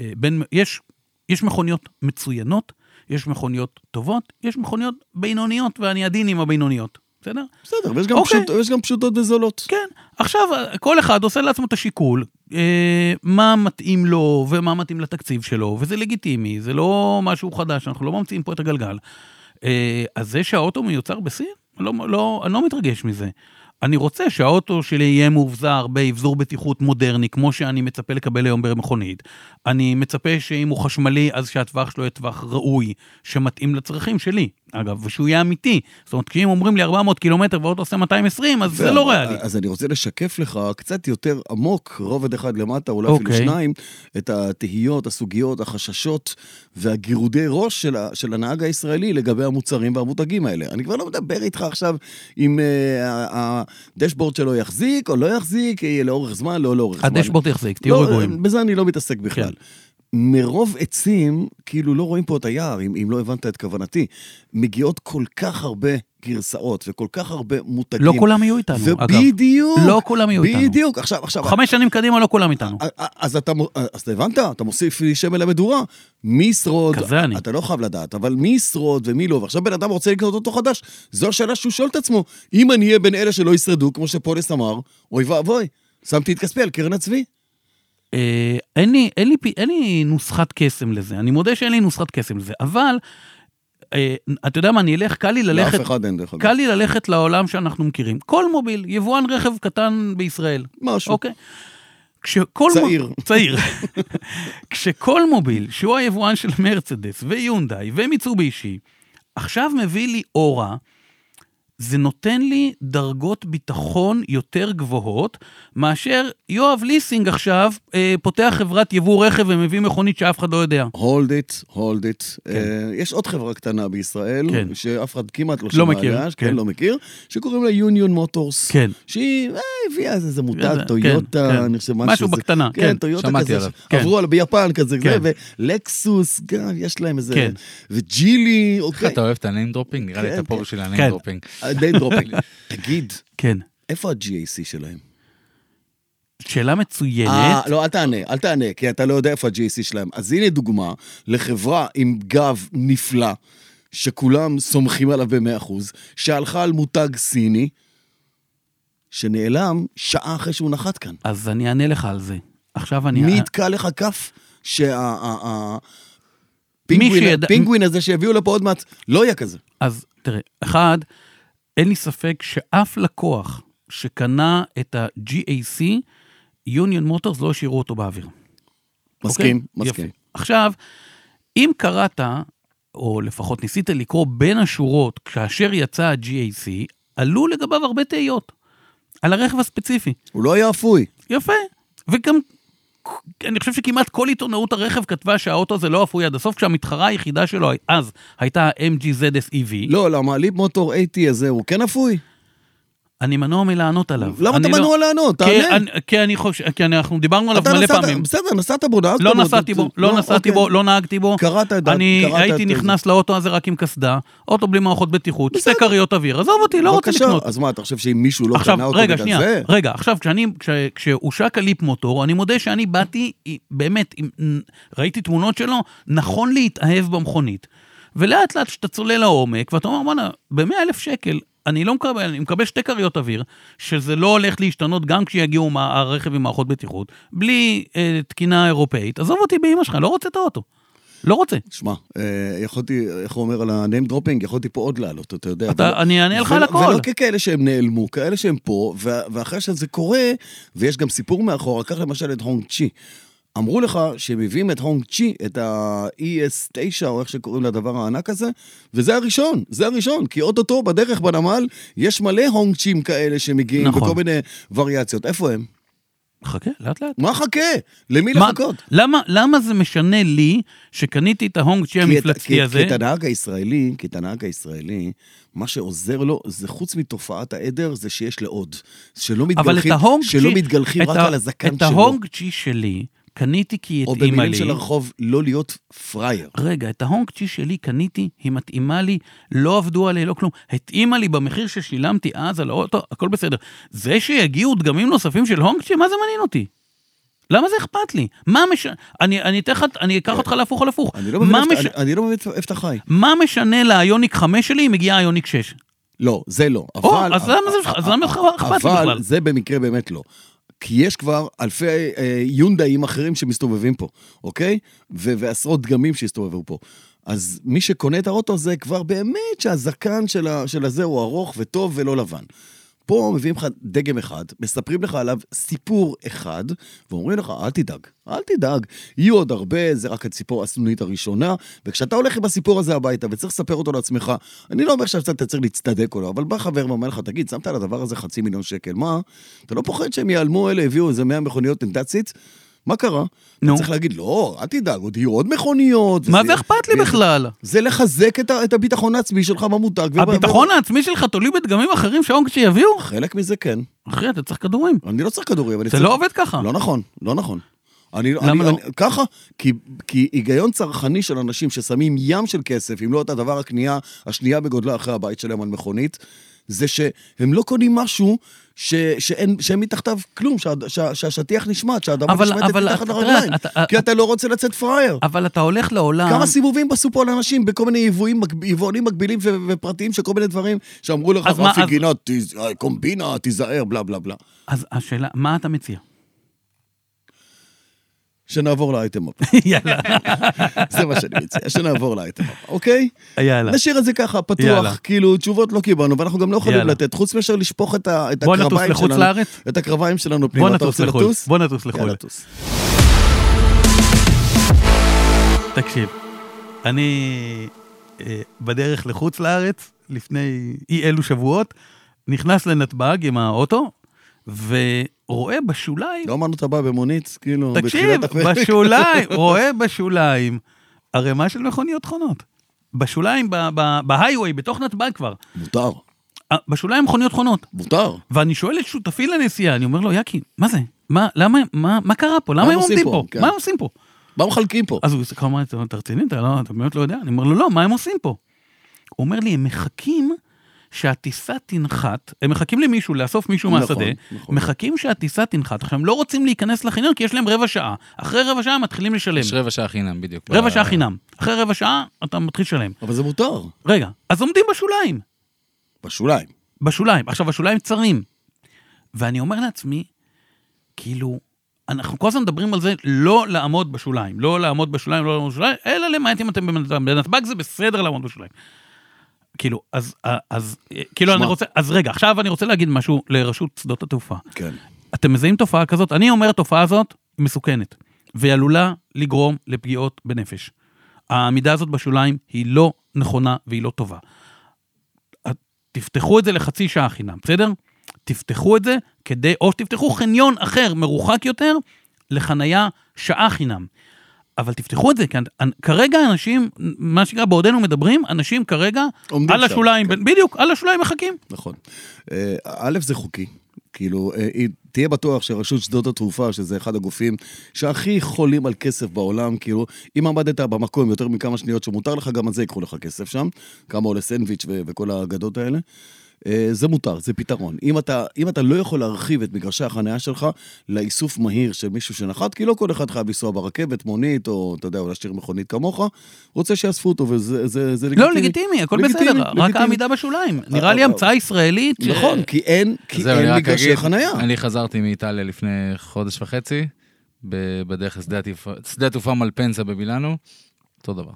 [SPEAKER 3] אה, בין יש יש מכוניות מצוינות, יש מכוניות טובות, יש מכוניות בינוניות, ואני עדין עם הבינוניות, בסדר?
[SPEAKER 1] בסדר, ויש גם,
[SPEAKER 3] אוקיי.
[SPEAKER 1] פשוט, יש גם פשוטות וזולות.
[SPEAKER 3] כן, עכשיו כל אחד עושה לעצמו את השיקול, אה, מה מתאים לו ומה מתאים לתקציב שלו, וזה לגיטימי, זה לא משהו חדש, אנחנו לא ממציאים פה את הגלגל. אה, אז זה שהאוטו מיוצר בסין, לא, לא, אני לא מתרגש מזה. אני רוצה שהאוטו שלי יהיה מאובזר באבזור בטיחות מודרני, כמו שאני מצפה לקבל היום במכונית. אני מצפה שאם הוא חשמלי, אז שהטווח שלו יהיה טווח ראוי, שמתאים לצרכים שלי, אגב, ושהוא יהיה אמיתי. זאת אומרת, כי אם אומרים לי 400 קילומטר והאוטו עושה 220, אז זה לא ריאלי.
[SPEAKER 1] אז אני רוצה לשקף לך קצת יותר עמוק, רובד אחד למטה, אולי אפילו
[SPEAKER 3] אוקיי.
[SPEAKER 1] שניים, את התהיות, הסוגיות, החששות והגירודי ראש של, ה, של הנהג הישראלי לגבי המוצרים והמותגים האלה. אני כבר לא מדבר איתך עכשיו אם אה, הדשבורד שלו יחזיק או לא יחזיק, אה, לאורך זמן, לא לאורך זמן.
[SPEAKER 3] הדשבורד יחזיק, תהיו רגועים.
[SPEAKER 1] בזה אני לא מתעסק בכלל.
[SPEAKER 3] כן.
[SPEAKER 1] מרוב עצים, כאילו לא רואים פה את היער, אם, אם לא הבנת את כוונתי. מגיעות כל כך הרבה גרסאות וכל כך הרבה מותגים.
[SPEAKER 3] לא כולם יהיו איתנו, אגב.
[SPEAKER 1] ובדיוק,
[SPEAKER 3] לא כולם יהיו איתנו.
[SPEAKER 1] בדיוק, אה, עכשיו, עכשיו,
[SPEAKER 3] חמש שנים קדימה לא כולם איתנו.
[SPEAKER 1] א- א- אז אתה, מו- אז אתה הבנת, אתה מוסיף לי שמן למדורה, מי ישרוד,
[SPEAKER 3] כזה אני.
[SPEAKER 1] אתה לא חייב לדעת, אבל מי ישרוד ומי לא, ועכשיו בן אדם רוצה לקנות אותו חדש, זו השאלה שהוא שואל את עצמו, אם אני אהיה בין אלה שלא ישרדו, כמו שפולס אמר, אוי ואבוי, שמתי את כספי על קרן הצבי.
[SPEAKER 3] אה, אין לי- אין לי פי- אין לי נוסחת קסם לזה, אני מודה שאין לי נוסחת קסם לזה, אבל אה, אתה יודע מה, אני אלך, קל לי ללכת...
[SPEAKER 1] לאף אחד לא. אין דרך אגב.
[SPEAKER 3] קל לי ללכת לעולם שאנחנו מכירים. כל מוביל, יבואן רכב קטן בישראל,
[SPEAKER 1] משהו.
[SPEAKER 3] אוקיי? כשכל... מ-
[SPEAKER 1] צעיר.
[SPEAKER 3] צעיר. כשכל מוביל, שהוא היבואן של מרצדס ויונדאי ומיצובישי, עכשיו מביא לי אורה, זה נותן לי דרגות ביטחון יותר גבוהות, מאשר יואב ליסינג עכשיו אה, פותח חברת יבוא רכב ומביא מכונית שאף אחד לא יודע.
[SPEAKER 1] הולד איט, הולד איט. אה, יש עוד חברה קטנה בישראל,
[SPEAKER 3] כן.
[SPEAKER 1] שאף אחד כמעט לא
[SPEAKER 3] לא
[SPEAKER 1] שמע
[SPEAKER 3] מכיר,
[SPEAKER 1] עליה, כן,
[SPEAKER 3] כן.
[SPEAKER 1] לא מכיר, שקוראים לה יוניון מוטורס.
[SPEAKER 3] כן.
[SPEAKER 1] שהיא אה, הביאה איזה איזה מותג,
[SPEAKER 3] כן,
[SPEAKER 1] טויוטה,
[SPEAKER 3] כן.
[SPEAKER 1] אני חושב משהו.
[SPEAKER 3] משהו
[SPEAKER 1] זה-
[SPEAKER 3] בקטנה,
[SPEAKER 1] כן,
[SPEAKER 3] כן,
[SPEAKER 1] טויוטה
[SPEAKER 2] שמעתי
[SPEAKER 1] כזה.
[SPEAKER 2] עליו,
[SPEAKER 1] ש-
[SPEAKER 3] כן.
[SPEAKER 1] עברו עליו ביפן כזה, זה,
[SPEAKER 3] כן.
[SPEAKER 1] ולקסוס, גם יש להם איזה...
[SPEAKER 3] כן.
[SPEAKER 1] וג'ילי, אוקיי.
[SPEAKER 2] איך אתה אוהב את הניים דרופינג? נראה לי
[SPEAKER 1] כן,
[SPEAKER 2] אתה
[SPEAKER 1] כן.
[SPEAKER 2] פה בשביל
[SPEAKER 3] כן.
[SPEAKER 2] הניים דרופינג.
[SPEAKER 1] די דרופינג. תגיד,
[SPEAKER 3] כן.
[SPEAKER 1] איפה ה-GAC שלהם?
[SPEAKER 3] שאלה
[SPEAKER 1] אה,
[SPEAKER 3] מצוינת.
[SPEAKER 1] לא, אל תענה, אל תענה, כי אתה לא יודע איפה ה-GAC שלהם. אז הנה דוגמה לחברה עם גב נפלא, שכולם סומכים עליו ב-100%, שהלכה על מותג סיני, שנעלם שעה אחרי שהוא נחת כאן.
[SPEAKER 3] אז אני אענה לך על זה. עכשיו אני...
[SPEAKER 1] מי יתקע לך כף שה... ה- ה-
[SPEAKER 3] מי
[SPEAKER 1] פינגווין-
[SPEAKER 3] שידע-
[SPEAKER 1] הפינגווין הזה שיביאו לפה עוד מעט, לא יהיה כזה.
[SPEAKER 3] אז תראה, אחד, אין לי ספק שאף לקוח שקנה את ה-GAC, יוניון מוטורס לא השאירו אותו באוויר.
[SPEAKER 1] מסכים,
[SPEAKER 3] אוקיי?
[SPEAKER 1] מסכים.
[SPEAKER 3] יפה. עכשיו, אם קראת, או לפחות ניסית לקרוא בין השורות, כאשר יצא ה-GAC, עלו לגביו הרבה תהיות על הרכב הספציפי.
[SPEAKER 1] הוא לא היה אפוי.
[SPEAKER 3] יפה. וגם, אני חושב שכמעט כל עיתונאות הרכב כתבה שהאוטו הזה לא אפוי עד הסוף, כשהמתחרה היחידה שלו אז הייתה ה-MGZS-EV.
[SPEAKER 1] לא, למה לי מוטור AT הזה הוא כן אפוי?
[SPEAKER 3] אני מנוע מלענות עליו.
[SPEAKER 1] למה אתה
[SPEAKER 3] אני לא-
[SPEAKER 1] מנוע לענות?
[SPEAKER 3] כי
[SPEAKER 1] תענה.
[SPEAKER 3] אני- כי אני חושב, כי אנחנו דיברנו עליו
[SPEAKER 1] אתה
[SPEAKER 3] מלא
[SPEAKER 1] נסעת-
[SPEAKER 3] פעמים.
[SPEAKER 1] בסדר, נסעת בו, נהגת
[SPEAKER 3] לא
[SPEAKER 1] בו,
[SPEAKER 3] נסעתי
[SPEAKER 1] אתה-
[SPEAKER 3] בו, לא נסעתי
[SPEAKER 1] אוקיי.
[SPEAKER 3] בו, לא נהגתי בו.
[SPEAKER 1] קראת את ה-
[SPEAKER 3] אני
[SPEAKER 1] קראת
[SPEAKER 3] הייתי
[SPEAKER 1] את
[SPEAKER 3] נכנס לאוטו הזה רק עם קסדה, אוטו בלי מערכות בטיחות, שתי כריות אוויר, עזוב אותי, לא רוצה
[SPEAKER 1] בבקשה.
[SPEAKER 3] לקנות.
[SPEAKER 1] אז מה, אתה חושב שאם מישהו לא קנה
[SPEAKER 3] עכשיו,
[SPEAKER 1] אותו
[SPEAKER 3] רגע,
[SPEAKER 1] בגלל
[SPEAKER 3] שנייה,
[SPEAKER 1] זה?
[SPEAKER 3] רגע, עכשיו, כשאני, כש- כשהושק הליפ מוטור, אני מודה שאני באתי, עם- באמת, עם- נ- ראיתי תמונות שלו, נכון להתאהב במכונית. ולאט לאט כשאתה צולל לעומק, ואתה אומר, וואנה, ב-100 אלף שקל, אני לא מקבל, אני מקבל שתי כריות אוויר, שזה לא הולך להשתנות גם כשיגיעו מה- הרכב עם מערכות בטיחות, בלי אה, תקינה אירופאית. עזוב אותי באמא שלך, לא רוצה את האוטו. לא רוצה.
[SPEAKER 1] שמע, אה, יכולתי, איך הוא אומר על ה-name dropping, יכולתי פה עוד לעלות, אתה יודע.
[SPEAKER 3] אתה-
[SPEAKER 1] ולא-
[SPEAKER 3] אני אענה לך על
[SPEAKER 1] ולא-
[SPEAKER 3] הכל.
[SPEAKER 1] ולא ככאלה שהם נעלמו, כאלה שהם פה, ו- ואחרי שזה קורה, ויש גם סיפור מאחורה, קח למשל את הונג צ'י. אמרו לך שהם מביאים את הונג צ'י, את ה-ES9, או איך שקוראים לדבר הענק הזה, וזה הראשון, זה הראשון, כי אוטוטו בדרך בנמל, יש מלא הונג צ'ים כאלה שמגיעים,
[SPEAKER 3] נכון.
[SPEAKER 1] בכל מיני וריאציות. איפה הם?
[SPEAKER 3] חכה, לאט לאט.
[SPEAKER 1] מה חכה? למי
[SPEAKER 3] מה-
[SPEAKER 1] לחכות?
[SPEAKER 3] למה, למה זה משנה לי שקניתי את ההונג צ'י
[SPEAKER 1] כי את- כי-
[SPEAKER 3] המפלצתי הזה?
[SPEAKER 1] כי את הנהג הישראלי, כי את הנהג הישראלי, מה שעוזר לו, זה חוץ מתופעת העדר, זה שיש לעוד. שלא
[SPEAKER 3] אבל
[SPEAKER 1] מתגלחים,
[SPEAKER 3] את ההונג צ'י...
[SPEAKER 1] שלא מתגלחים
[SPEAKER 3] את
[SPEAKER 1] רק
[SPEAKER 3] ה-
[SPEAKER 1] על הזקן
[SPEAKER 3] את
[SPEAKER 1] שלו.
[SPEAKER 3] ההונג צ'י שלי קניתי כי היא
[SPEAKER 1] או
[SPEAKER 3] התאימה
[SPEAKER 1] במילים
[SPEAKER 3] לי.
[SPEAKER 1] של הרחוב, לא להיות פראייר.
[SPEAKER 3] רגע, את ההונג צ'י שלי קניתי, היא מתאימה לי, לא עבדו עליה, לא כלום. התאימה לי במחיר ששילמתי אז על האוטו, הכל בסדר. זה שיגיעו דגמים נוספים של הונג צ'י, מה זה מעניין אותי? למה זה אכפת לי? מה מש... אני, אני אתן לך, אני אקח אותך להפוך על הפוך.
[SPEAKER 1] אני לא מבין
[SPEAKER 3] מה
[SPEAKER 1] איפה-
[SPEAKER 3] מש-
[SPEAKER 1] אני- אני לא מבין איפה איפה אתה חי.
[SPEAKER 3] מה משנה לאיוניק 5 שלי אם הגיעה איוניק 6?
[SPEAKER 1] לא, זה לא.
[SPEAKER 3] או,
[SPEAKER 1] אבל-
[SPEAKER 3] אז למה זה- אז למה לך אכפת לי בכלל?
[SPEAKER 1] אבל זה במקרה באמת לא. כי יש כבר אלפי אה, יונדאים אחרים שמסתובבים פה, אוקיי? ו- ועשרות דגמים שהסתובבו פה. אז מי שקונה את האוטו זה כבר באמת שהזקן של, ה- של הזה הוא ארוך וטוב ולא לבן. פה מביאים לך דגם אחד, מספרים לך עליו סיפור אחד, ואומרים לך, אל תדאג, אל תדאג, יהיו עוד הרבה, זה רק הסיפור הסנונית הראשונה, וכשאתה הולך עם הסיפור הזה הביתה וצריך לספר אותו לעצמך, אני לא אומר עכשיו שאתה צריך להצטדק או לא, אבל בא חבר ואומר לך, תגיד, שמת על הדבר הזה חצי מיליון שקל, מה? אתה לא פוחד שהם ייעלמו אלה, הביאו איזה 100 מכוניות נדצית? מה קרה?
[SPEAKER 3] נו.
[SPEAKER 1] אתה צריך להגיד, לא, אל תדאג, עוד יהיו עוד מכוניות.
[SPEAKER 3] מה
[SPEAKER 1] וזה-
[SPEAKER 3] זה אכפת לי
[SPEAKER 1] וזה-
[SPEAKER 3] בכלל?
[SPEAKER 1] זה לחזק את ה- את הביטחון העצמי שלך במותג. וב-
[SPEAKER 3] הביטחון העצמי שלך תולי בדגמים אחרים שהאונק שיביאו?
[SPEAKER 1] חלק מזה כן.
[SPEAKER 3] אחי, אתה צריך כדורים.
[SPEAKER 1] אני לא צריך כדורים, אני
[SPEAKER 3] זה
[SPEAKER 1] צריך...
[SPEAKER 3] לא עובד ככה.
[SPEAKER 1] לא נכון, לא נכון. אני,
[SPEAKER 3] למה
[SPEAKER 1] אני,
[SPEAKER 3] לא?
[SPEAKER 1] אני, ככה, כי, כי היגיון צרכני של אנשים ששמים ים של כסף, אם לא את הדבר הקנייה השנייה בגודלה אחרי הבית שלהם על מכונית, זה שהם לא קונים משהו ש, שאין, שאין מתחתיו כלום, שה, שה, שהשטיח נשמט, שהאדמה
[SPEAKER 3] אבל-
[SPEAKER 1] נשמטת
[SPEAKER 3] אבל
[SPEAKER 1] מתחת
[SPEAKER 3] אתה-
[SPEAKER 1] לרגליים.
[SPEAKER 3] אתה- אה.
[SPEAKER 1] כי אתה לא רוצה לצאת פראייר.
[SPEAKER 3] אבל אתה הולך לעולם...
[SPEAKER 1] כמה סיבובים עשו פה על אנשים בכל מיני יבואים, מק- יבואנים מקבילים ו- ופרטיים של כל מיני דברים, שאמרו לך,
[SPEAKER 3] אז מה,
[SPEAKER 1] רפי
[SPEAKER 3] אז-
[SPEAKER 1] גינת, תיז- אה, קומבינה, תיזהר, בלה בלה בלה.
[SPEAKER 3] אז השאלה, מה אתה מציע?
[SPEAKER 1] שנעבור לאייטם הבא.
[SPEAKER 3] יאללה.
[SPEAKER 1] זה מה שאני מציע, שנעבור לאייטם הבא, אוקיי?
[SPEAKER 3] יאללה.
[SPEAKER 1] נשאיר את זה ככה, פתוח,
[SPEAKER 3] יאללה.
[SPEAKER 1] כאילו, תשובות לא קיבלנו, ואנחנו גם לא יכולים
[SPEAKER 3] יאללה.
[SPEAKER 1] לתת, חוץ מאשר לשפוך את ה- את
[SPEAKER 3] בוא נטוס
[SPEAKER 1] הקרביים
[SPEAKER 3] לחוץ
[SPEAKER 1] שלנו,
[SPEAKER 3] לארץ?
[SPEAKER 1] את הקרביים שלנו
[SPEAKER 3] בוא
[SPEAKER 1] פנימה. אתה
[SPEAKER 3] נטוס
[SPEAKER 1] רוצה
[SPEAKER 3] לחו"ל.
[SPEAKER 1] לטוס?
[SPEAKER 3] בוא נטוס לחו"ל.
[SPEAKER 1] יאללה, טוס.
[SPEAKER 3] תקשיב, אני אה, בדרך לחוץ לארץ, לפני אי אלו שבועות, נכנס לנתב"ג עם האוטו, ורואה בשוליים
[SPEAKER 1] לא אמרנו אתה בא במונית, כאילו,
[SPEAKER 3] תקשיב,
[SPEAKER 1] בתחילת הפרק.
[SPEAKER 3] בשוליים, רואה בשוליים ערימה של מכוניות חונות. בשוליים, ב- ב- בהיי-ווי, בתוך נתב"ג כבר.
[SPEAKER 1] מותר,
[SPEAKER 3] אה, בשוליים מכוניות חונות.
[SPEAKER 1] מותר.
[SPEAKER 3] ואני שואל את שותפי לנסיעה, אני אומר לו, יקי, מה זה? מה, למה, מה, מה קרה פה? למה הם
[SPEAKER 1] עושים
[SPEAKER 3] עומדים
[SPEAKER 1] פה?
[SPEAKER 3] פה?
[SPEAKER 1] כן.
[SPEAKER 3] מה הם עושים פה?
[SPEAKER 1] מה מחלקים פה?
[SPEAKER 3] אז הוא אמר, אתה אתה רציני? אתה לא- אתה באמת לא יודע? אני אומר לו, לא, מה הם עושים פה? הוא אומר לי, הם מחכים שהטיסה תנחת, הם מחכים למישהו, לאסוף מישהו
[SPEAKER 1] נכון,
[SPEAKER 3] מהשדה,
[SPEAKER 1] נכון.
[SPEAKER 3] מחכים שהטיסה תנחת. עכשיו, הם לא רוצים להיכנס לחניון כי יש להם רבע שעה. אחרי רבע שעה הם מתחילים לשלם.
[SPEAKER 2] יש רבע שעה חינם, בדיוק.
[SPEAKER 3] כן. רבע
[SPEAKER 2] ב-
[SPEAKER 3] שעה חינם. אחרי רבע שעה אתה מתחיל לשלם.
[SPEAKER 1] אבל זה מותר,
[SPEAKER 3] רגע, אז עומדים בשוליים.
[SPEAKER 1] בשוליים.
[SPEAKER 3] בשוליים. עכשיו, השוליים צרים. ואני אומר לעצמי, כאילו, אנחנו כל הזמן מדברים על זה לא לעמוד בשוליים. לא לעמוד בשוליים, לא לעמוד בשוליים, אלא למעט אם אתם בנתב"ג. בנתב"ג זה בסדר לעמוד בשוליים. כאילו, אז, אז, כאילו,
[SPEAKER 1] שמע.
[SPEAKER 3] אני רוצה, אז רגע, עכשיו אני רוצה להגיד משהו לרשות שדות התעופה.
[SPEAKER 1] כן.
[SPEAKER 3] אתם מזהים תופעה כזאת? אני אומר, התופעה הזאת מסוכנת, והיא עלולה לגרום לפגיעות בנפש. העמידה הזאת בשוליים היא לא נכונה והיא לא טובה. אה, תפתחו את זה לחצי שעה חינם, בסדר? תפתחו את זה כדי, או שתפתחו חניון אחר, מרוחק יותר, לחנייה שעה חינם. אבל תפתחו את זה, כי אנ- כרגע אנשים, מה שנקרא, בעודנו מדברים, אנשים כרגע
[SPEAKER 1] עומדים
[SPEAKER 3] על
[SPEAKER 1] שם,
[SPEAKER 3] השוליים,
[SPEAKER 1] כן.
[SPEAKER 3] בדיוק, על השוליים מחכים.
[SPEAKER 1] נכון. אה, א', זה חוקי. כאילו, אה, היא- תהיה בטוח שרשות שדות התעופה, שזה אחד הגופים שהכי חולים על כסף בעולם, כאילו, אם עמדת במקום יותר מכמה שניות שמותר לך, גם על זה ייקחו לך כסף שם. כמה עולה סנדוויץ' ו- וכל האגדות האלה. אה, זה מותר, זה פתרון. אם אתה, אם אתה לא יכול להרחיב את מגרשי החנייה שלך לאיסוף מהיר של מישהו שנחת, כי לא כל אחד חייב לנסוע ברכבת, מונית, או אתה יודע, או להשאיר מכונית כמוך, רוצה שיאספו אותו, וזה זה, זה לגיטימי.
[SPEAKER 3] לא, לגיטימי, הכל בסדר, רק העמידה בשוליים. נראה לי
[SPEAKER 1] אה,
[SPEAKER 3] המצאה ישראלית. ש-
[SPEAKER 1] נכון, כי אין, כי
[SPEAKER 2] זהו, אני
[SPEAKER 1] אין
[SPEAKER 2] רק
[SPEAKER 1] מגרשי
[SPEAKER 2] אגיד,
[SPEAKER 1] חנייה.
[SPEAKER 2] אני חזרתי מאיטליה לפני חודש וחצי, ב- בדרך לשדה התעופה- שדה התעופה מלפנסה במילאנו, אותו דבר.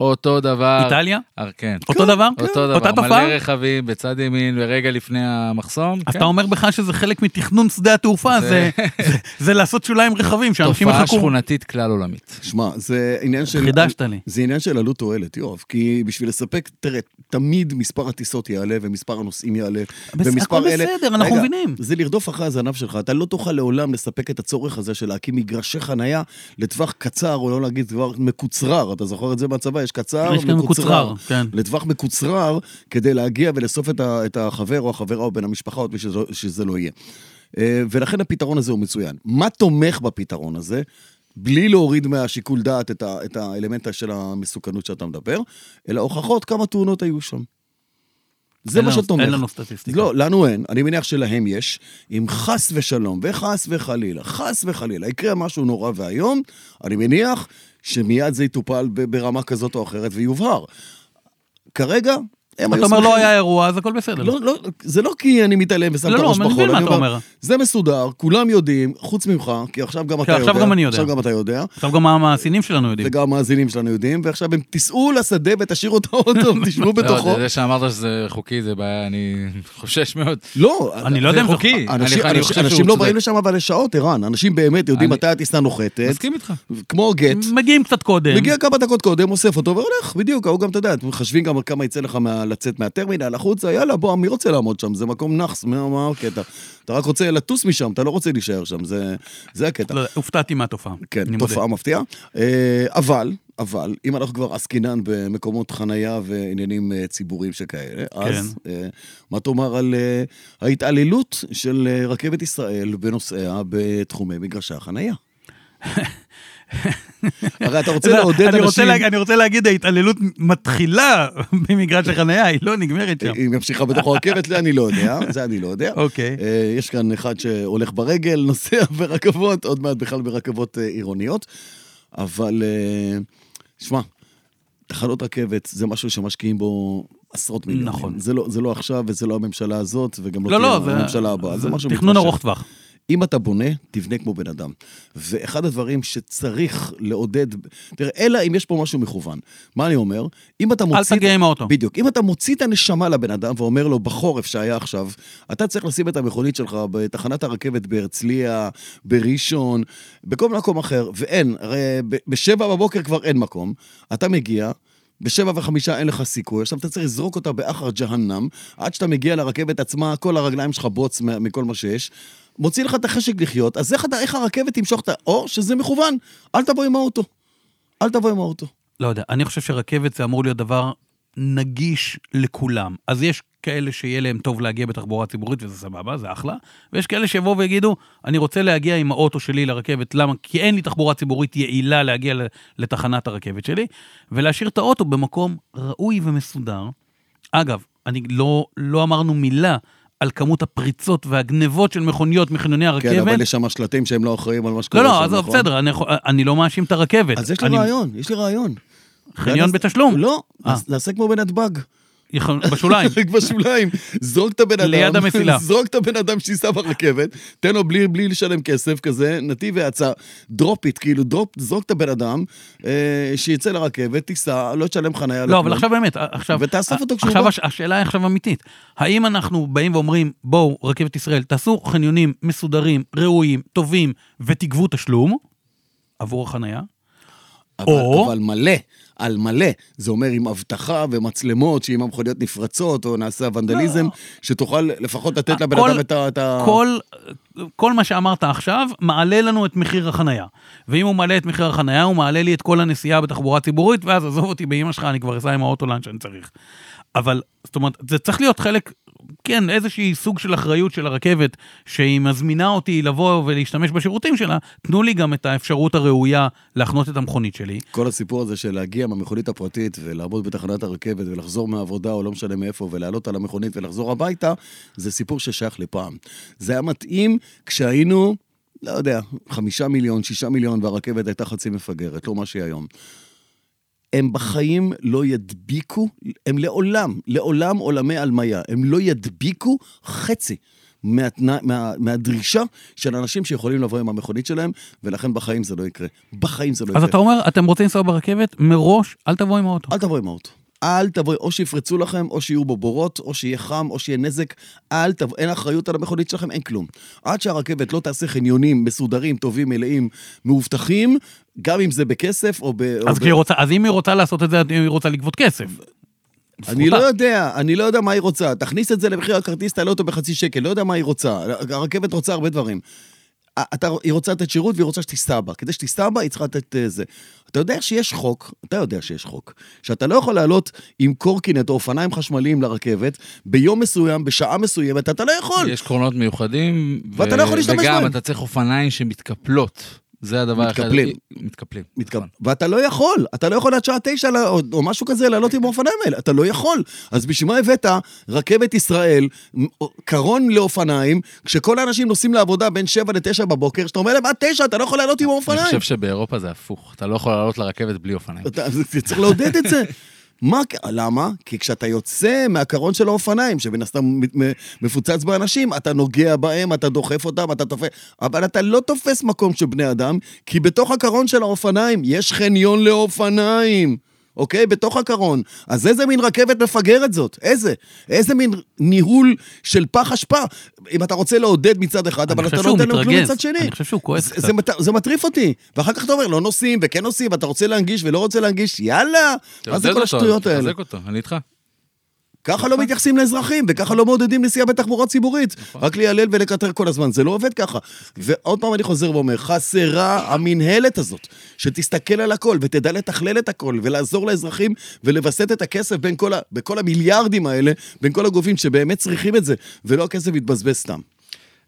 [SPEAKER 2] אותו דבר.
[SPEAKER 3] איטליה?
[SPEAKER 2] אה, כן.
[SPEAKER 3] אותו דבר?
[SPEAKER 2] אותו דבר,
[SPEAKER 3] אותה תופעה?
[SPEAKER 2] מלא רכבים בצד ימין ורגע לפני המחסום.
[SPEAKER 3] אז
[SPEAKER 2] כן.
[SPEAKER 3] אתה אומר בכלל שזה חלק מתכנון שדה התעופה, זה-
[SPEAKER 2] זה-
[SPEAKER 3] זה- זה לעשות שוליים רחבים, שאנשים
[SPEAKER 2] תופעה
[SPEAKER 3] יחכו.
[SPEAKER 2] שכונתית כלל עולמית.
[SPEAKER 1] שמע, זה עניין של...
[SPEAKER 3] חידשת לי.
[SPEAKER 1] זה עניין של עלות תועלת, יואב, כי בשביל לספק, תראה, תמיד מספר הטיסות יעלה ומספר הנוסעים יעלה.
[SPEAKER 3] בס-
[SPEAKER 1] ומספר
[SPEAKER 3] הכל
[SPEAKER 1] אלה...
[SPEAKER 3] בסדר, אנחנו
[SPEAKER 1] רגע,
[SPEAKER 3] מבינים.
[SPEAKER 1] זה לרדוף אחרי הזנב שלך, אתה לא תוכל לעולם לספק את הצורך הזה של להקים מגרשי חנייה לטווח קצר, או לא להגיד כבר מקוצרר, אתה זוכר את זה מהצבא? יש קצר,
[SPEAKER 3] יש כאן מקוצרר, כן.
[SPEAKER 1] לטווח מקוצרר, כדי להגיע ולאסוף את, ה, את החבר או החברה או בן המשפחה או את מי שזה, שזה לא יהיה. אה, ולכן הפתרון הזה הוא מצוין. מה תומך בפתרון הזה? בלי להוריד מהשיקול דעת את, ה, את האלמנט של המסוכנות שאתה מדבר, אלא הוכחות כמה תאונות היו שם. זה
[SPEAKER 3] אין
[SPEAKER 1] מה
[SPEAKER 3] לנו-
[SPEAKER 1] שתומך.
[SPEAKER 3] אין לנו סטטיסטיקה.
[SPEAKER 1] לא, לנו אין. אני מניח שלהם יש. אם חס ושלום, וחס וחלילה, חס וחלילה, יקרה משהו נורא ואיום, אני מניח שמיד זה יטופל ב- ברמה כזאת או אחרת ויובהר. כרגע, הם היו
[SPEAKER 3] אתה אומר, לא
[SPEAKER 1] שמחים.
[SPEAKER 3] היה אירוע, אז הכל בסדר.
[SPEAKER 1] לא, לא, זה לא כי אני מתעלם ושם
[SPEAKER 3] לא,
[SPEAKER 1] את
[SPEAKER 3] לא,
[SPEAKER 1] הראש
[SPEAKER 3] אני
[SPEAKER 1] בחול.
[SPEAKER 3] מבין מה אתה אומר.
[SPEAKER 1] זה מסודר, כולם יודעים, חוץ ממך, כי עכשיו גם אתה
[SPEAKER 3] עכשיו
[SPEAKER 1] יודע.
[SPEAKER 3] גם אני יודע.
[SPEAKER 1] עכשיו גם אתה יודע.
[SPEAKER 3] עכשיו גם המאזינים שלנו יודעים.
[SPEAKER 1] וגם המאזינים שלנו יודעים, ועכשיו הם תיסעו לשדה ותשאירו את האוטו, תשבו
[SPEAKER 2] לא,
[SPEAKER 1] בתוכו.
[SPEAKER 2] זה- זה שאמרת שזה חוקי, זה בעיה, אני חושש מאוד.
[SPEAKER 1] לא,
[SPEAKER 3] אני לא יודע אם זה
[SPEAKER 2] חוקי.
[SPEAKER 1] אנשים-
[SPEAKER 2] אני- אני
[SPEAKER 1] אנשים-
[SPEAKER 2] חושב שהוא
[SPEAKER 1] אנשים לא
[SPEAKER 2] צודק.
[SPEAKER 1] באים לשם אבל לשעות, ערן. אנשים באמת יודעים
[SPEAKER 2] אני-
[SPEAKER 1] מתי הטיסה נוחתת,
[SPEAKER 2] מסכים איתך.
[SPEAKER 1] כמו גט.
[SPEAKER 3] מגיעים קצת קודם.
[SPEAKER 1] מגיע כמה דקות קודם, אוסף אותו והולך, בדיוק, ההוא גם, אתה יודע, אתם מחשבים גם כמה יצא לך מה, לצאת מהטרמינל החוצה, יאללה, בוא, מי רוצה לעמוד שם? זה מקום נאחס, מה מה הקטע? אתה רק רוצה לטוס משם, אתה לא רוצה להישאר שם, זה, זה הקטע.
[SPEAKER 3] לא, הופתעתי מהתופעה. אני
[SPEAKER 1] כן,
[SPEAKER 3] מודה.
[SPEAKER 1] תופעה מפתיעה. אה, אבל, אבל, אם אנחנו כבר עסקינן במקומות חנייה ועניינים אה, ציבוריים שכאלה, אז
[SPEAKER 3] כן.
[SPEAKER 1] אה, מה תאמר על אה, ההתעללות של אה, רכבת ישראל בנוסעיה בתחומי מגרשי החנייה? הרי אתה רוצה
[SPEAKER 3] לא,
[SPEAKER 1] לעודד
[SPEAKER 3] אני
[SPEAKER 1] אנשים...
[SPEAKER 3] רוצה להג- אני רוצה להגיד, ההתעללות מתחילה במגרש החנייה, היא לא נגמרת שם.
[SPEAKER 1] היא ממשיכה בתוך הרכבת, זה אני לא יודע, זה אני לא יודע.
[SPEAKER 3] אוקיי.
[SPEAKER 1] אה, יש כאן אחד שהולך ברגל, נוסע ברכבות, עוד מעט בכלל ברכבות אה, עירוניות. אבל, אה, שמע, תחנות רכבת זה משהו שמשקיעים בו עשרות מיליונים.
[SPEAKER 3] נכון.
[SPEAKER 1] זה לא, זה לא עכשיו וזה לא הממשלה הזאת, וגם לא,
[SPEAKER 3] לא,
[SPEAKER 1] תהיה
[SPEAKER 3] לא, זה...
[SPEAKER 1] הממשלה הבאה. זה
[SPEAKER 3] זה
[SPEAKER 1] משהו
[SPEAKER 3] תכנון
[SPEAKER 1] מתמשך.
[SPEAKER 3] ארוך טווח.
[SPEAKER 1] אם אתה בונה, תבנה כמו בן אדם. ואחד הדברים שצריך לעודד, תראה, אלא אם יש פה משהו מכוון. מה אני אומר? אם אתה
[SPEAKER 3] אל
[SPEAKER 1] מוציא...
[SPEAKER 3] תגיע עם האוטו.
[SPEAKER 1] בדיוק. אם אתה מוציא את הנשמה לבן אדם ואומר לו, בחורף שהיה עכשיו, אתה צריך לשים את המכונית שלך בתחנת הרכבת בהרצליה, בראשון, בכל מקום אחר, ואין, הרי ב- בשבע בבוקר כבר אין מקום, אתה מגיע... בשבע וחמישה אין לך סיכוי, עכשיו אתה צריך לזרוק אותה באחר ג'הנם, עד שאתה מגיע לרכבת עצמה, כל הרגליים שלך בוץ מה- מכל מה שיש. מוציא לך את החשק לחיות, אז איך, אתה- איך הרכבת תמשוך את ה... או שזה מכוון, אל תבוא עם האוטו. אל תבוא עם האוטו.
[SPEAKER 3] לא יודע, אני חושב שרכבת זה אמור להיות דבר נגיש לכולם. אז יש כאלה שיהיה להם טוב להגיע בתחבורה ציבורית, וזה סבבה, זה אחלה, ויש כאלה שיבואו ויגידו, אני רוצה להגיע עם האוטו שלי לרכבת, למה? כי אין לי תחבורה ציבורית יעילה להגיע ל- לתחנת הרכבת שלי, ולהשאיר את האוטו במקום ראוי ומסודר. אגב, אני לא, לא אמרנו מילה על כמות הפריצות והגנבות של מכוניות מחניוני הרכבת.
[SPEAKER 1] כן, אבל יש שם שלטים שהם לא אחראים על מה שקורה
[SPEAKER 3] אוקיי, לא,
[SPEAKER 1] שם,
[SPEAKER 3] לא, עזוב,
[SPEAKER 1] נכון?
[SPEAKER 3] בסדר, אני, יכול- אני לא מאשים את הרכבת.
[SPEAKER 1] אז יש לי
[SPEAKER 3] אני-
[SPEAKER 1] רעיון, יש לי רעיון. אולי
[SPEAKER 3] חניון
[SPEAKER 1] נעשה-
[SPEAKER 3] בתשלום.
[SPEAKER 1] לא,
[SPEAKER 3] אה.
[SPEAKER 1] נעש- נעשה כמו בנתב"ג.
[SPEAKER 3] יכול- בשוליים.
[SPEAKER 1] רק בשוליים. זרוק את הבן אדם.
[SPEAKER 3] ליד המסילה.
[SPEAKER 1] זרוק את הבן אדם שייסע ברכבת, תן לו בלי בלי לשלם כסף כזה, נתיב האצה, דרופ איט, כאילו, דרופ, זרוק את הבן אדם, אה, שיצא לרכבת, תיסע, לא תשלם חניה.
[SPEAKER 3] לא, אבל
[SPEAKER 1] כלום.
[SPEAKER 3] עכשיו באמת, עכשיו...
[SPEAKER 1] ותאסוף אותו כשהוא
[SPEAKER 3] עכשיו
[SPEAKER 1] בא.
[SPEAKER 3] הש- השאלה היא עכשיו אמיתית. האם אנחנו באים ואומרים, בואו, רכבת ישראל, תעשו חניונים מסודרים, ראויים, טובים, ותגבו תשלום עבור החנייה?
[SPEAKER 1] אבל,
[SPEAKER 3] או-
[SPEAKER 1] אבל מלא, על מלא. זה אומר עם אבטחה ומצלמות, שאם המכוניות נפרצות או נעשה ונדליזם, שתוכל לפחות לתת לבן
[SPEAKER 3] לא. אה, כל-
[SPEAKER 1] אדם את ה... את ה-
[SPEAKER 3] כל, כל מה שאמרת עכשיו מעלה לנו את מחיר החנייה. ואם הוא מעלה את מחיר החנייה, הוא מעלה לי את כל הנסיעה בתחבורה ציבורית, ואז עזוב אותי באמא שלך, אני כבר אסע עם האוטו לאן שאני צריך. אבל, זאת אומרת, זה צריך להיות חלק, כן, איזשהי סוג של אחריות של הרכבת, שהיא מזמינה אותי לבוא ולהשתמש בשירותים שלה, תנו לי גם את האפשרות הראויה להחנות את המכונית שלי.
[SPEAKER 1] כל הסיפור הזה של להגיע מהמכונית הפרטית ולעמוד בתחנת הרכבת ולחזור מהעבודה או לא משנה מאיפה ולעלות על המכונית ולחזור הביתה, זה סיפור ששייך לפעם. זה היה מתאים כשהיינו, לא יודע, חמישה מיליון, שישה מיליון, והרכבת הייתה חצי מפגרת, לא מה שהיא היום. הם בחיים לא ידביקו, הם לעולם, לעולם עולמי עלמיה, הם לא ידביקו חצי. מהתנא, מה, מהדרישה של אנשים שיכולים לבוא עם המכונית שלהם, ולכן בחיים זה לא יקרה. בחיים זה לא
[SPEAKER 3] אז
[SPEAKER 1] יקרה.
[SPEAKER 3] אתה אומר, אתם רוצים לנסוע ברכבת, מראש, אל תבוא עם האוטו.
[SPEAKER 1] אל תבואי עם האוטו. אל תבואי, או שיפרצו לכם, או שיהיו בו בורות, או שיהיה חם, או שיהיה נזק. אל תבואי, אין אחריות על המכונית שלכם, אין כלום. עד שהרכבת לא תעשה חניונים מסודרים, טובים, מלאים, מאובטחים, גם אם זה בכסף או ב... או
[SPEAKER 3] אז,
[SPEAKER 1] ב-
[SPEAKER 3] כשהיא רוצה, אז אם היא רוצה לעשות את זה, היא רוצה לגבות כסף.
[SPEAKER 1] אני
[SPEAKER 3] זכותה.
[SPEAKER 1] לא יודע, אני לא יודע מה היא רוצה. תכניס את זה למחיר הכרטיס, תעלה אותו בחצי שקל, לא יודע מה היא רוצה. הרכבת רוצה הרבה דברים. אתה, היא רוצה לתת שירות והיא רוצה שתיסע בה. כדי שתיסע בה, היא צריכה לתת אה, זה. אתה יודע שיש חוק, אתה יודע שיש חוק, שאתה לא יכול לעלות עם קורקינט או אופניים חשמליים לרכבת ביום מסוים, בשעה מסוימת, אתה לא יכול.
[SPEAKER 2] יש קרונות מיוחדים.
[SPEAKER 1] ואתה לא יכול להשתמש
[SPEAKER 2] וגם
[SPEAKER 1] בהם.
[SPEAKER 2] אתה צריך אופניים שמתקפלות. זה הדבר האחד.
[SPEAKER 1] מתקפלים.
[SPEAKER 2] מתקפלים.
[SPEAKER 1] מתקב...
[SPEAKER 2] נכון.
[SPEAKER 1] ואתה לא יכול, אתה לא יכול עד שעה תשע לה- או, או משהו כזה לעלות עם האופניים האלה, אתה לא יכול. אז בשביל מה הבאת רכבת ישראל, מ- או- קרון לאופניים, כשכל האנשים נוסעים לעבודה בין שבע לתשע בבוקר, שאתה אומר להם עד תשע אתה לא יכול לעלות עם
[SPEAKER 2] אני
[SPEAKER 1] האופניים.
[SPEAKER 2] חושב שבאירופה זה הפוך, אתה לא יכול לעלות לרכבת בלי אופניים.
[SPEAKER 1] אתה זה- צריך לעודד את זה. מה, ק- למה? כי כשאתה יוצא מהקרון של האופניים, שמן הסתם מ- מ- מפוצץ באנשים, אתה נוגע בהם, אתה דוחף אותם, אתה תופס... אבל אתה לא תופס מקום של בני אדם, כי בתוך הקרון של האופניים יש חניון לאופניים, אוקיי? בתוך הקרון. אז איזה מין רכבת מפגרת זאת? איזה? איזה מין ניהול של פח אשפה? אם אתה רוצה לעודד מצד אחד,
[SPEAKER 3] אני
[SPEAKER 1] אבל אתה
[SPEAKER 3] חושב
[SPEAKER 1] לא
[SPEAKER 3] שהוא
[SPEAKER 1] נותן לו כלום
[SPEAKER 3] מתרגז,
[SPEAKER 1] מצד שני.
[SPEAKER 3] אני חושב שהוא כועס
[SPEAKER 1] זה-
[SPEAKER 3] קצת.
[SPEAKER 1] זה, מת- זה מטריף אותי. ואחר כך אתה אומר, לא נוסעים וכן נוסעים, ואתה רוצה להנגיש ולא רוצה להנגיש, יאללה. מה זה נכון.
[SPEAKER 2] תעודד
[SPEAKER 1] כל
[SPEAKER 2] אותו,
[SPEAKER 1] השטויות האלה?
[SPEAKER 2] תחזק אותו, אני איתך.
[SPEAKER 1] ככה לא מתייחסים לאזרחים, וככה לא מעודדים נסיעה בתחבורה ציבורית. רק להילל ולקטר כל הזמן, זה לא עובד ככה. ועוד פעם אני חוזר ואומר, חסרה המינהלת הזאת, שתסתכל על הכל ותדע לתכלל את הכל, ולעזור לאזרחים ולווסת את הכסף בין כל ה- בכל המיליארדים האלה, בין כל הגופים שבאמת צריכים את זה, ולא הכסף יתבזבז סתם.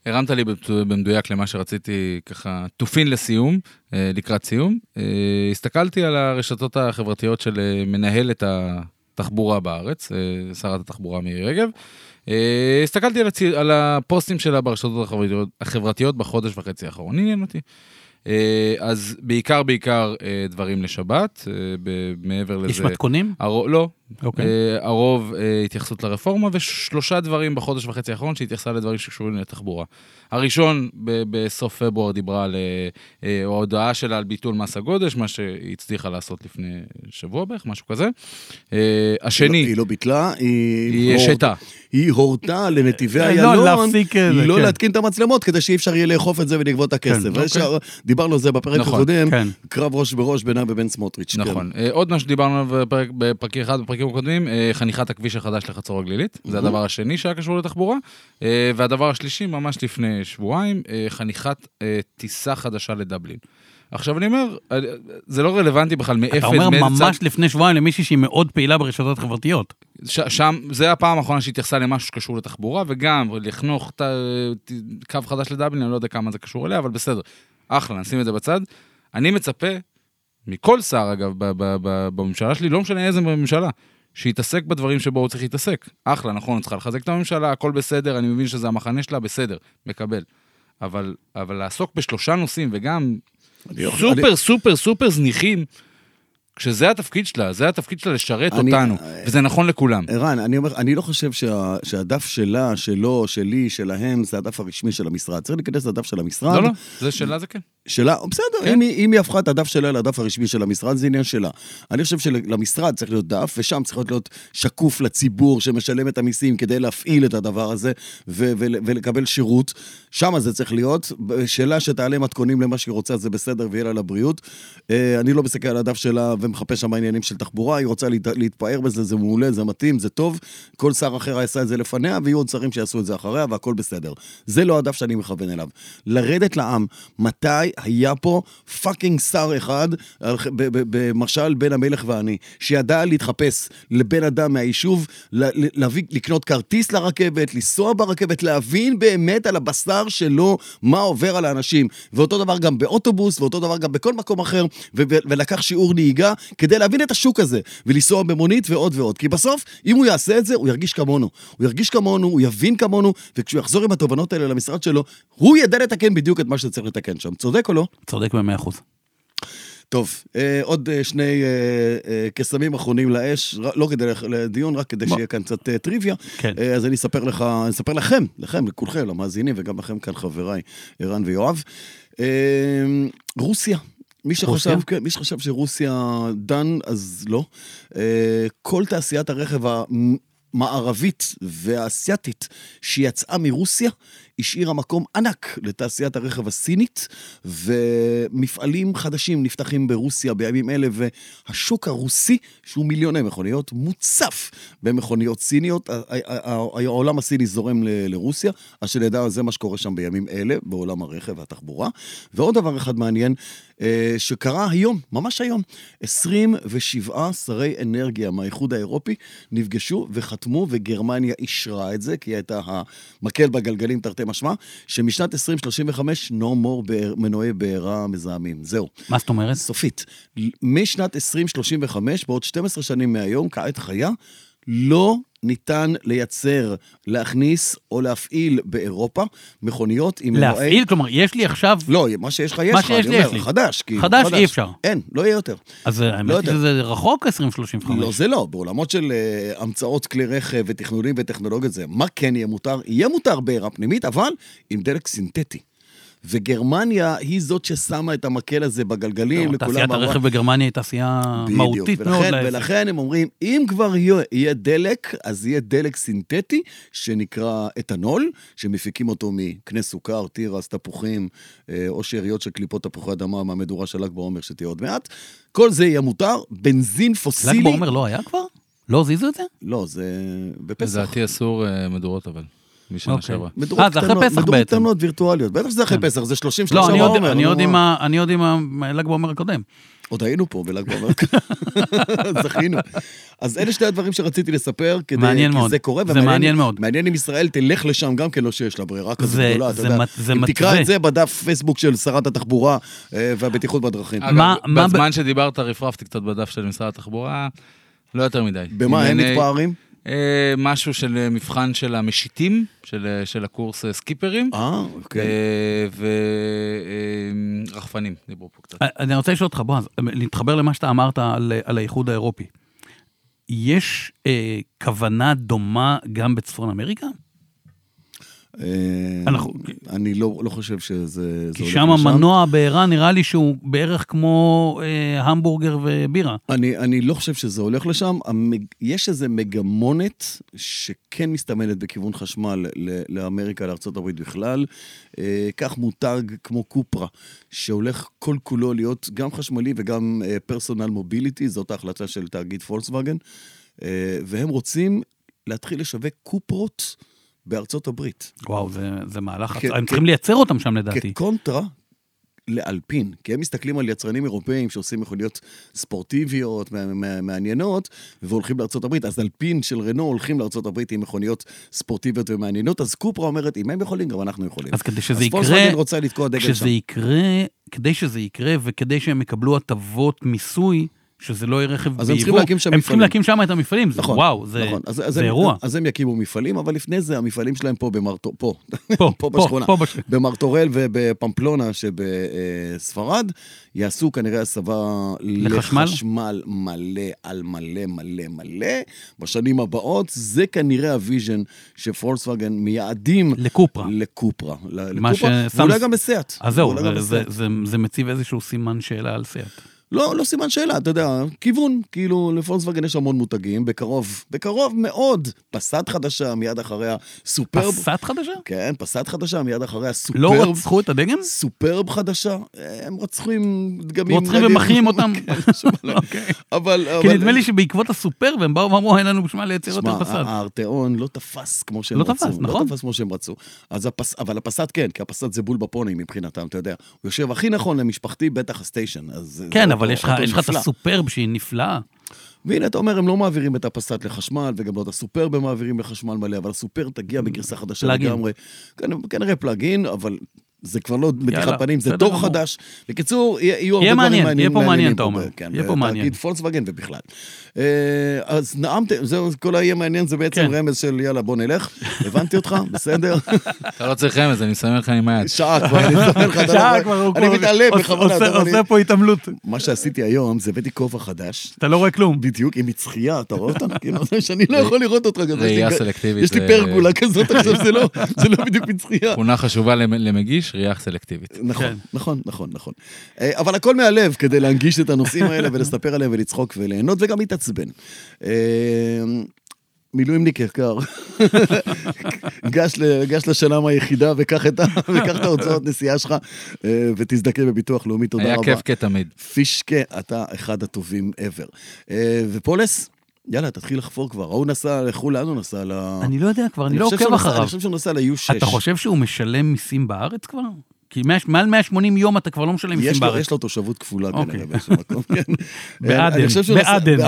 [SPEAKER 2] הרמת לי במת- במדויק למה שרציתי ככה, תופין לסיום, אה, לקראת סיום. אה, הסתכלתי על הרשתות החברתיות של אה, מנהלת התחבורה בארץ, אה, שרת התחבורה מירי רגב. אה, הסתכלתי על, הצי... על הפוסטים שלה ברשתות החברתיות, החברתיות בחודש וחצי האחרון, עניין אותי. אה, אז בעיקר בעיקר אה, דברים לשבת, אה, ב- מעבר לזה...
[SPEAKER 3] יש מתכונים?
[SPEAKER 2] הרוב, לא.
[SPEAKER 3] אוקיי.
[SPEAKER 2] אה, הרוב אה, התייחסות לרפורמה, ושלושה דברים בחודש וחצי האחרון שהתייחסה לדברים שקשורים לתחבורה. הראשון, ב- בסוף פברואר דיברה על אה, אה, ההודעה שלה על ביטול מס הגודש, מה שהיא הצליחה לעשות לפני שבוע בערך, משהו כזה. אה,
[SPEAKER 1] היא לא-
[SPEAKER 2] השני,
[SPEAKER 1] היא לא ביטלה, היא...
[SPEAKER 2] היא
[SPEAKER 1] הור-
[SPEAKER 2] השתה.
[SPEAKER 1] היא הורתה לנתיבי
[SPEAKER 3] לא,
[SPEAKER 1] איילון,
[SPEAKER 3] להפסיק את זה,
[SPEAKER 1] לא
[SPEAKER 3] כן.
[SPEAKER 1] להתקין את המצלמות כדי שאי אפשר יהיה לאכוף את זה ולגבות את הכסף.
[SPEAKER 3] אוקיי.
[SPEAKER 1] ושאר- דיברנו על זה בפרק
[SPEAKER 2] נכון,
[SPEAKER 1] הקודם,
[SPEAKER 3] כן.
[SPEAKER 1] קרב ראש בראש בינה ובין סמוטריץ'. כן.
[SPEAKER 2] נכון. אה, עוד מה שדיברנו עליו בפרק- בפרק אחד, בפרקים הקודמים, אה, חניכת הכביש החדש לחצור הגלילית, זה הדבר השני שהיה קשור לתחבורה. אה, והדבר השלישי, ממש לפני שבועיים, אה, חניכת אה, טיסה חדשה לדבלין. עכשיו אני אומר, אה, זה לא רלוונטי בכלל מאיפה,
[SPEAKER 3] אתה אומר
[SPEAKER 2] מאיזה צד-
[SPEAKER 3] ממש לפני שבועיים למישהי שהיא מאוד פעילה ברשתות חברתיות.
[SPEAKER 2] ש- שם, זה הפעם האחרונה שהתייחסה למשהו שקשור לתחבורה, וגם לחנוך ת, ת, קו חדש לדבלין, אני לא יודע כמה זה קשור אליה, אבל בסדר. אחלה, נשים את זה בצד. אני מצפה מכל שר, אגב, ב, ב, ב, בממשלה שלי, לא משנה איזה בממשלה, שיתעסק בדברים שבו הוא צריך להתעסק. אחלה, נכון, צריכה לחזק את הממשלה, הכל בסדר, אני מבין שזה המחנה שלה, בסדר, מקבל. אבל, אבל לעסוק בשלושה נושאים, וגם
[SPEAKER 1] אני לא-
[SPEAKER 2] סופר סופר סופר זניחים, כשזה התפקיד שלה, זה התפקיד שלה לשרת
[SPEAKER 1] אני-
[SPEAKER 2] אותנו, וזה נכון לכולם.
[SPEAKER 1] אני- ערן, אני אומר, אני לא חושב שה- שהדף שלה, שלו, שלי, שלהם, זה הדף הרשמי של המשרד. צריך להיכנס לדף של המשרד.
[SPEAKER 2] לא, לא, זה שאלה זה כן.
[SPEAKER 1] שלה, בסדר,
[SPEAKER 2] כן.
[SPEAKER 1] אם, היא, אם היא הפכה את הדף שלה לדף הרשמי של המשרד, זה עניין שלה. אני חושב שלמשרד צריך להיות דף, ושם צריך להיות שקוף לציבור שמשלם את המיסים כדי להפעיל את הדבר הזה ו- ו- ולקבל שירות. שם זה צריך להיות. שאלה שתעלה מתכונים למה שהיא רוצה, זה בסדר, ויהיה לה לבריאות. אה, אני לא מסתכל על הדף שלה ומחפש שם עניינים של תחבורה, היא רוצה להת- להתפאר בזה, זה מעולה, זה מתאים, זה טוב. כל שר אחר עשה את זה לפניה, ויהיו עוד שרים שיעשו את זה אחריה, והכל בסדר. זה לא הדף שאני מכוון אליו. לרדת לעם, מתי היה פה פאקינג שר אחד, על- ב- ב- במשל בין המלך ואני, שידע להתחפש לבן אדם מהיישוב, ל- ל- להביא, לקנות כרטיס לרכבת, לנסוע ברכבת, להבין באמת על הבשר שלו מה עובר על האנשים. ואותו דבר גם באוטובוס, ואותו דבר גם בכל מקום אחר, ו- ו- ולקח שיעור נהיגה כדי להבין את השוק הזה, ולנסוע במונית ועוד ועוד. כי בסוף, אם הוא יעשה את זה, הוא ירגיש כמונו. הוא ירגיש כמונו, הוא יבין כמונו, וכשהוא יחזור עם התובנות האלה למשרד שלו, הוא ידע לתקן בדיוק את מה שצריך לתקן שם. צודק או לא?
[SPEAKER 3] צודק במאה אחוז.
[SPEAKER 1] טוב, אה, עוד אה, שני אה, אה, קסמים אחרונים לאש, ר- לא כדי לח- לדיון, רק כדי
[SPEAKER 3] בוא.
[SPEAKER 1] שיהיה כאן קצת אה, טריוויה.
[SPEAKER 3] כן.
[SPEAKER 1] אה, אז אני אספר לך, אני אספר לכם, לכם, לכולכם, למאזינים, וגם לכם כאן חבריי, ערן ויואב. אה, רוסיה. מי שחשב,
[SPEAKER 3] רוסיה?
[SPEAKER 1] כן, מי שחשב שרוסיה דן, אז לא. אה, כל תעשיית הרכב המערבית והאסייתית שיצאה מרוסיה, השאירה מקום ענק לתעשיית הרכב הסינית, ומפעלים חדשים נפתחים ברוסיה בימים אלה, והשוק הרוסי, שהוא מיליוני מכוניות, מוצף במכוניות סיניות. ה- ה- ה- העולם הסיני זורם ל- לרוסיה, אז שנדע, זה מה שקורה שם בימים אלה, בעולם הרכב והתחבורה. ועוד דבר אחד מעניין, אה, שקרה היום, ממש היום. 27 שרי אנרגיה מהאיחוד האירופי נפגשו וחתמו, וגרמניה אישרה את זה, כי היא הייתה המקל בגלגלים תרתי משמע, שמשנת 2035 no more באר- מנועי בעירה מזהמים. זהו.
[SPEAKER 3] מה זאת אומרת?
[SPEAKER 1] סופית. משנת 2035, בעוד 12 שנים מהיום, כעת חיה, לא ניתן לייצר, להכניס או להפעיל באירופה מכוניות עם
[SPEAKER 3] להפעיל? כלומר, יש לי עכשיו...
[SPEAKER 1] לא, מה שיש לך יש לך,
[SPEAKER 3] מה שיש
[SPEAKER 1] אני
[SPEAKER 3] לי,
[SPEAKER 1] אומר,
[SPEAKER 3] יש לי.
[SPEAKER 1] חדש, כאילו,
[SPEAKER 3] חדש, אי אפשר.
[SPEAKER 1] אין, לא יהיה יותר.
[SPEAKER 3] אז האמת היא
[SPEAKER 1] יודע.
[SPEAKER 3] שזה רחוק 2035.
[SPEAKER 1] לא, זה לא, בעולמות של אה, המצאות כלי רכב ותכנונים וטכנולוגיות זה, מה כן יהיה מותר? יהיה מותר בעירה פנימית, אבל עם דלק סינתטי. וגרמניה היא זאת ששמה את המקל הזה בגלגלים,
[SPEAKER 3] לא, תעשיית
[SPEAKER 1] אמרה-
[SPEAKER 3] הרכב בגרמניה היא תעשייה
[SPEAKER 1] בדיוק.
[SPEAKER 3] מהותית מאוד.
[SPEAKER 1] ולכן,
[SPEAKER 3] לעסק.
[SPEAKER 1] ולכן הם אומרים, אם כבר יהיה, יהיה דלק, אז יהיה דלק סינתטי, שנקרא אתנול, שמפיקים אותו מקנה סוכר, תירס, תפוחים, אה, או שאריות של קליפות תפוחי אדמה מהמדורה של ל"ג בעומר, שתהיה עוד מעט. כל זה יהיה מותר, בנזין פוסילי...
[SPEAKER 3] ל"ג בעומר לא היה כבר? לא הזיזו את זה?
[SPEAKER 1] לא, זה בפסח.
[SPEAKER 2] לדעתי אסור אה, מדורות אבל, משנה
[SPEAKER 3] אוקיי.
[SPEAKER 2] שעברה.
[SPEAKER 1] מדורות
[SPEAKER 3] אה, זה אחרי
[SPEAKER 1] קטנות-
[SPEAKER 3] פסח
[SPEAKER 1] מדורות
[SPEAKER 3] בעצם.
[SPEAKER 1] קטנות וירטואליות. בטח שזה אחרי
[SPEAKER 3] כן.
[SPEAKER 1] פסח, זה 30
[SPEAKER 3] לא,
[SPEAKER 1] שלושה
[SPEAKER 3] אני עוד-
[SPEAKER 1] בעומר.
[SPEAKER 3] אני
[SPEAKER 1] נו,
[SPEAKER 3] עוד
[SPEAKER 1] מה?
[SPEAKER 3] עם ה- אני עוד עם הל"ג בעומר הקודם.
[SPEAKER 1] עוד היינו פה בל"ג בעומר, זכינו. אז אלה שתי הדברים שרציתי לספר, כדי...
[SPEAKER 3] מעניין
[SPEAKER 1] כי
[SPEAKER 3] מאוד.
[SPEAKER 1] זה קורה,
[SPEAKER 3] זה
[SPEAKER 1] ומעניין-
[SPEAKER 3] מעניין מאוד.
[SPEAKER 1] מעניין אם ישראל תלך לשם גם כן, לא שיש לה ברירה כזו
[SPEAKER 3] זה-
[SPEAKER 1] גדולה,
[SPEAKER 3] זה
[SPEAKER 1] אתה יודע.
[SPEAKER 3] מת- זה
[SPEAKER 1] אם
[SPEAKER 3] מתווה.
[SPEAKER 1] תקרא את זה בדף פייסבוק של שרת התחבורה אה, והבטיחות בדרכים.
[SPEAKER 2] אגב,
[SPEAKER 3] מה- מה ב-
[SPEAKER 2] בזמן שדיברת רפרפתי קצת בדף של משרד התחבורה, לא יותר מדי.
[SPEAKER 1] במה הם
[SPEAKER 2] ענייני-
[SPEAKER 1] מתפארים?
[SPEAKER 2] אה, משהו של אה, מבחן של המשיטים, של, אה, של הקורס אה, סקיפרים,
[SPEAKER 1] אה, אוקיי.
[SPEAKER 2] ורחפנים, אה, דיברו פה קצת.
[SPEAKER 3] אה, אני רוצה לשאול אותך, בועז, להתחבר למה שאתה אמרת על, אה, על האיחוד האירופי. יש אה, כוונה דומה גם בצפון אמריקה?
[SPEAKER 1] אה,
[SPEAKER 3] אנחנו-
[SPEAKER 1] אני לא לא חושב שזה... זה
[SPEAKER 3] כי
[SPEAKER 1] הולך
[SPEAKER 3] שם
[SPEAKER 1] לשם.
[SPEAKER 3] המנוע בעירה נראה לי שהוא בערך כמו אה, המבורגר ובירה.
[SPEAKER 1] אני, אני לא חושב שזה הולך לשם. המג... יש איזו מגמונת שכן מסתמנת בכיוון חשמל ל- לאמריקה, לארה"ב בכלל. אה, כך מותג כמו קופרה, שהולך כל-כולו להיות גם חשמלי וגם פרסונל מוביליטי, זאת ההחלטה של תאגיד פולקסווגן. אה, והם רוצים להתחיל לשווק קופרות בארצות הברית.
[SPEAKER 3] וואו, זה, זה מהלך,
[SPEAKER 1] כן,
[SPEAKER 3] כן, הם
[SPEAKER 1] כן.
[SPEAKER 3] צריכים לייצר אותם שם לדעתי.
[SPEAKER 1] כקונטרה לאלפין, כי הם מסתכלים על יצרנים אירופאים שעושים מכוניות ספורטיביות, מע- מע- מעניינות, והולכים לארה"ב, אז אלפין של רנו הולכים לארה"ב עם מכוניות ספורטיביות ומעניינות, אז קופרה אומרת, אם הם יכולים, גם אנחנו יכולים.
[SPEAKER 3] אז כדי שזה
[SPEAKER 1] אז
[SPEAKER 3] יקרה,
[SPEAKER 1] פולקסווגן רוצה לתקוע דגל שם.
[SPEAKER 3] כשזה יקרה, כדי שזה יקרה וכדי שהם יקבלו הטבות מיסוי, שזה לא יהיה רכב ביבוא,
[SPEAKER 1] אז הם צריכים להקים שם
[SPEAKER 3] הם צריכים
[SPEAKER 1] מפעלים.
[SPEAKER 3] להקים שם את המפעלים, זה- וואו, זה
[SPEAKER 1] נכון, אז, אז
[SPEAKER 3] זה
[SPEAKER 1] הם,
[SPEAKER 3] אירוע.
[SPEAKER 1] אז הם יקימו מפעלים, אבל לפני זה המפעלים שלהם פה במרתו... פה.
[SPEAKER 3] פה, פה,
[SPEAKER 1] פה בשכונה.
[SPEAKER 3] פה בשכונה.
[SPEAKER 1] במרטורל ובפמפלונה שבספרד, יעשו כנראה הסבה
[SPEAKER 3] לחשמל?
[SPEAKER 1] לחשמל מלא על מלא מלא מלא. בשנים הבאות, זה כנראה הוויז'ן שפולקסווגן מייעדים
[SPEAKER 3] לקופרה.
[SPEAKER 1] לקופרה. ל-
[SPEAKER 3] מה
[SPEAKER 1] לקופרה,
[SPEAKER 3] ששם-
[SPEAKER 1] ואולי גם לסיאט.
[SPEAKER 3] אז זהו,
[SPEAKER 1] ואולי גם
[SPEAKER 3] זה- זה-
[SPEAKER 1] לסיאט.
[SPEAKER 3] זה- זה מציב איזשהו סימן שאלה על סיאט.
[SPEAKER 1] לא, לא סימן שאלה, אתה יודע, כיוון, כאילו, לפולקסווגן יש המון מותגים, בקרוב, בקרוב מאוד, פסאט חדשה, מיד אחריה סופרב.
[SPEAKER 3] פסת חדשה?
[SPEAKER 1] כן, פסאט חדשה, מיד אחריה סופרב.
[SPEAKER 3] לא רצחו את הדגם?
[SPEAKER 1] סופרב חדשה, הם רוצחים דגמים.
[SPEAKER 3] רוצחים
[SPEAKER 1] נדיר.
[SPEAKER 3] ומכריעים אותם?
[SPEAKER 1] כן, שום בעיה.
[SPEAKER 3] אוקיי.
[SPEAKER 1] אבל...
[SPEAKER 3] כי
[SPEAKER 1] אבל-
[SPEAKER 3] נדמה לי שבעקבות הסופר, והם באו ואמרו, אין לנו בשביל מה לייצר
[SPEAKER 1] שמע,
[SPEAKER 3] יותר פסד.
[SPEAKER 1] הארטעון לא תפס כמו שהם
[SPEAKER 3] לא
[SPEAKER 1] רצו.
[SPEAKER 3] תפס, נכון.
[SPEAKER 1] לא תפס כמו שהם רצו. אז הפס... אבל הפסד כן, כי הפסד זה בול בפוני מבחינתם, אתה יודע. הוא יושב הכי נכון למשפחתי, בטח הסטיישן. אז זה-
[SPEAKER 3] כן,
[SPEAKER 1] זה
[SPEAKER 3] אבל
[SPEAKER 1] אוטו-
[SPEAKER 3] יש לך
[SPEAKER 1] אוטו
[SPEAKER 3] יש לך את
[SPEAKER 1] נפלא.
[SPEAKER 3] הסופרב שהיא נפלאה.
[SPEAKER 1] והנה, אתה אומר, הם לא מעבירים את הפסט לחשמל, וגם לא את הסופרב הם מעבירים לחשמל מלא, אבל הסופר תגיע בגרסה חדשה
[SPEAKER 3] פלאגין.
[SPEAKER 1] לגמרי. כנ- כנראה פלאגין, אבל זה כבר לא מתיחת פנים, זה
[SPEAKER 3] בסדר
[SPEAKER 1] דור
[SPEAKER 3] גמור.
[SPEAKER 1] חדש. בקיצור, יהיה- יהיו הרבה
[SPEAKER 3] יהיה
[SPEAKER 1] דברים
[SPEAKER 3] מעניין,
[SPEAKER 1] מעניינים.
[SPEAKER 3] יהיה פה מעניין,
[SPEAKER 1] מעניינים
[SPEAKER 3] אתה אומר.
[SPEAKER 1] כן,
[SPEAKER 3] יהיה פה מעניין.
[SPEAKER 1] בתאגיד פולקסווגן ובכלל. אה, אז נאמתם, זהו, כל ה"יהיה מעניין" זה בעצם
[SPEAKER 3] כן.
[SPEAKER 1] רמז של יאללה, בוא נלך. הבנתי אותך, בסדר?
[SPEAKER 2] אתה לא צריך רמז, אני מסמן לך עם היד.
[SPEAKER 1] שעה כבר, אני מסתכל לך, אתה יודע, אני מתעלם בכוונה. אתה יודע, אני-
[SPEAKER 3] פה התעמלות.
[SPEAKER 1] מה שעשיתי היום, זה הבאתי כובע חדש,
[SPEAKER 3] אתה לא רואה כלום.
[SPEAKER 1] בדיוק, עם מצחייה, אתה רואה אותה? כאילו, זה שאני לא יכול לראות אותך. גם יש לי
[SPEAKER 2] ראייה
[SPEAKER 1] ג-
[SPEAKER 2] סלקטיבית, אה,
[SPEAKER 1] יש לי
[SPEAKER 2] זה-
[SPEAKER 1] פרגולה כזאת עכשיו, זה לא- זה לא בדיוק מצחייה.
[SPEAKER 2] תכונה חשובה למ- למגיש, ריח סלקטיבית.
[SPEAKER 1] נכון,
[SPEAKER 3] כן.
[SPEAKER 1] נכון, נכון, נכון. אה, אבל הכל מהלב כדי להנגיש את הנושאים האלה ולספר עליהם ולצחוק וליהנות וגם להתעצבן. אה, מילואימניק יקר, גש, ל- גש לשלם היחידה וקח את, ה- וקח את ההוצאות נסיעה שלך אה, ותזדכה בביטוח לאומי, תודה
[SPEAKER 2] היה
[SPEAKER 1] רבה.
[SPEAKER 2] כיף כתמיד.
[SPEAKER 1] פישקה, אתה אחד הטובים ever. אה, ופולס, יאללה, תתחיל לחפור כבר. ההוא נסע, לחו"ל, לאן הוא נסע? ל...
[SPEAKER 3] אני לא יודע כבר, אני לא
[SPEAKER 1] חושב
[SPEAKER 3] עוקב
[SPEAKER 1] שהוא נסע-
[SPEAKER 3] אחריו.
[SPEAKER 1] אני חושב שהוא נסע ל-U6.
[SPEAKER 3] אתה חושב שהוא משלם מיסים בארץ כבר? כי מאה- מעל 180 יום אתה כבר לא משלם
[SPEAKER 1] יש
[SPEAKER 3] מיסים
[SPEAKER 1] לו-
[SPEAKER 3] בארץ.
[SPEAKER 1] יש לו תושבות כפולה
[SPEAKER 3] אוקיי.
[SPEAKER 1] כנראה באיזשהו מקום, כן.
[SPEAKER 3] בעדן,
[SPEAKER 1] אני חושב שהוא נסע-
[SPEAKER 3] בעדן.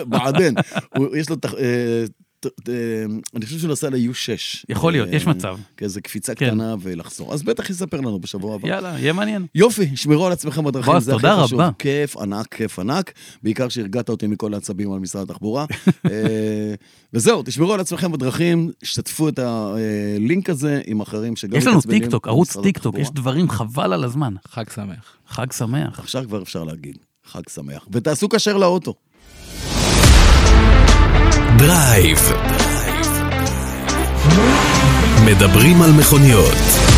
[SPEAKER 1] בעדן. הוא- יש לו... תח- אה, ת- אה, אני חושב שהוא נסע ל-U6.
[SPEAKER 3] יכול להיות, יש מצב.
[SPEAKER 1] כאיזה קפיצה
[SPEAKER 3] כן.
[SPEAKER 1] קטנה ולחזור. אז בטח יספר לנו בשבוע הבא.
[SPEAKER 3] יאללה, יהיה מעניין.
[SPEAKER 1] יופי, שמרו על עצמכם בדרכים,
[SPEAKER 3] בועז,
[SPEAKER 1] זה הכי
[SPEAKER 3] תודה
[SPEAKER 1] חשוב.
[SPEAKER 3] רבה.
[SPEAKER 1] כיף ענק, כיף ענק. בעיקר שהרגעת אותי מכל העצבים על משרד התחבורה. אה, וזהו, תשמרו על עצמכם בדרכים, שתפו את הלינק הזה עם אחרים שגם
[SPEAKER 3] יש לנו
[SPEAKER 1] לא מתעצבנים
[SPEAKER 3] טיקטוק, ערוץ
[SPEAKER 1] במשרד
[SPEAKER 3] טיקטוק,
[SPEAKER 1] התחבורה.
[SPEAKER 3] יש דברים חבל על הזמן.
[SPEAKER 2] חג שמח.
[SPEAKER 3] חג שמח.
[SPEAKER 1] עכשיו כבר אפשר להגיד, חג שמח. ותעשו כשר לאוטו.
[SPEAKER 4] דרייב. מדברים על מכוניות.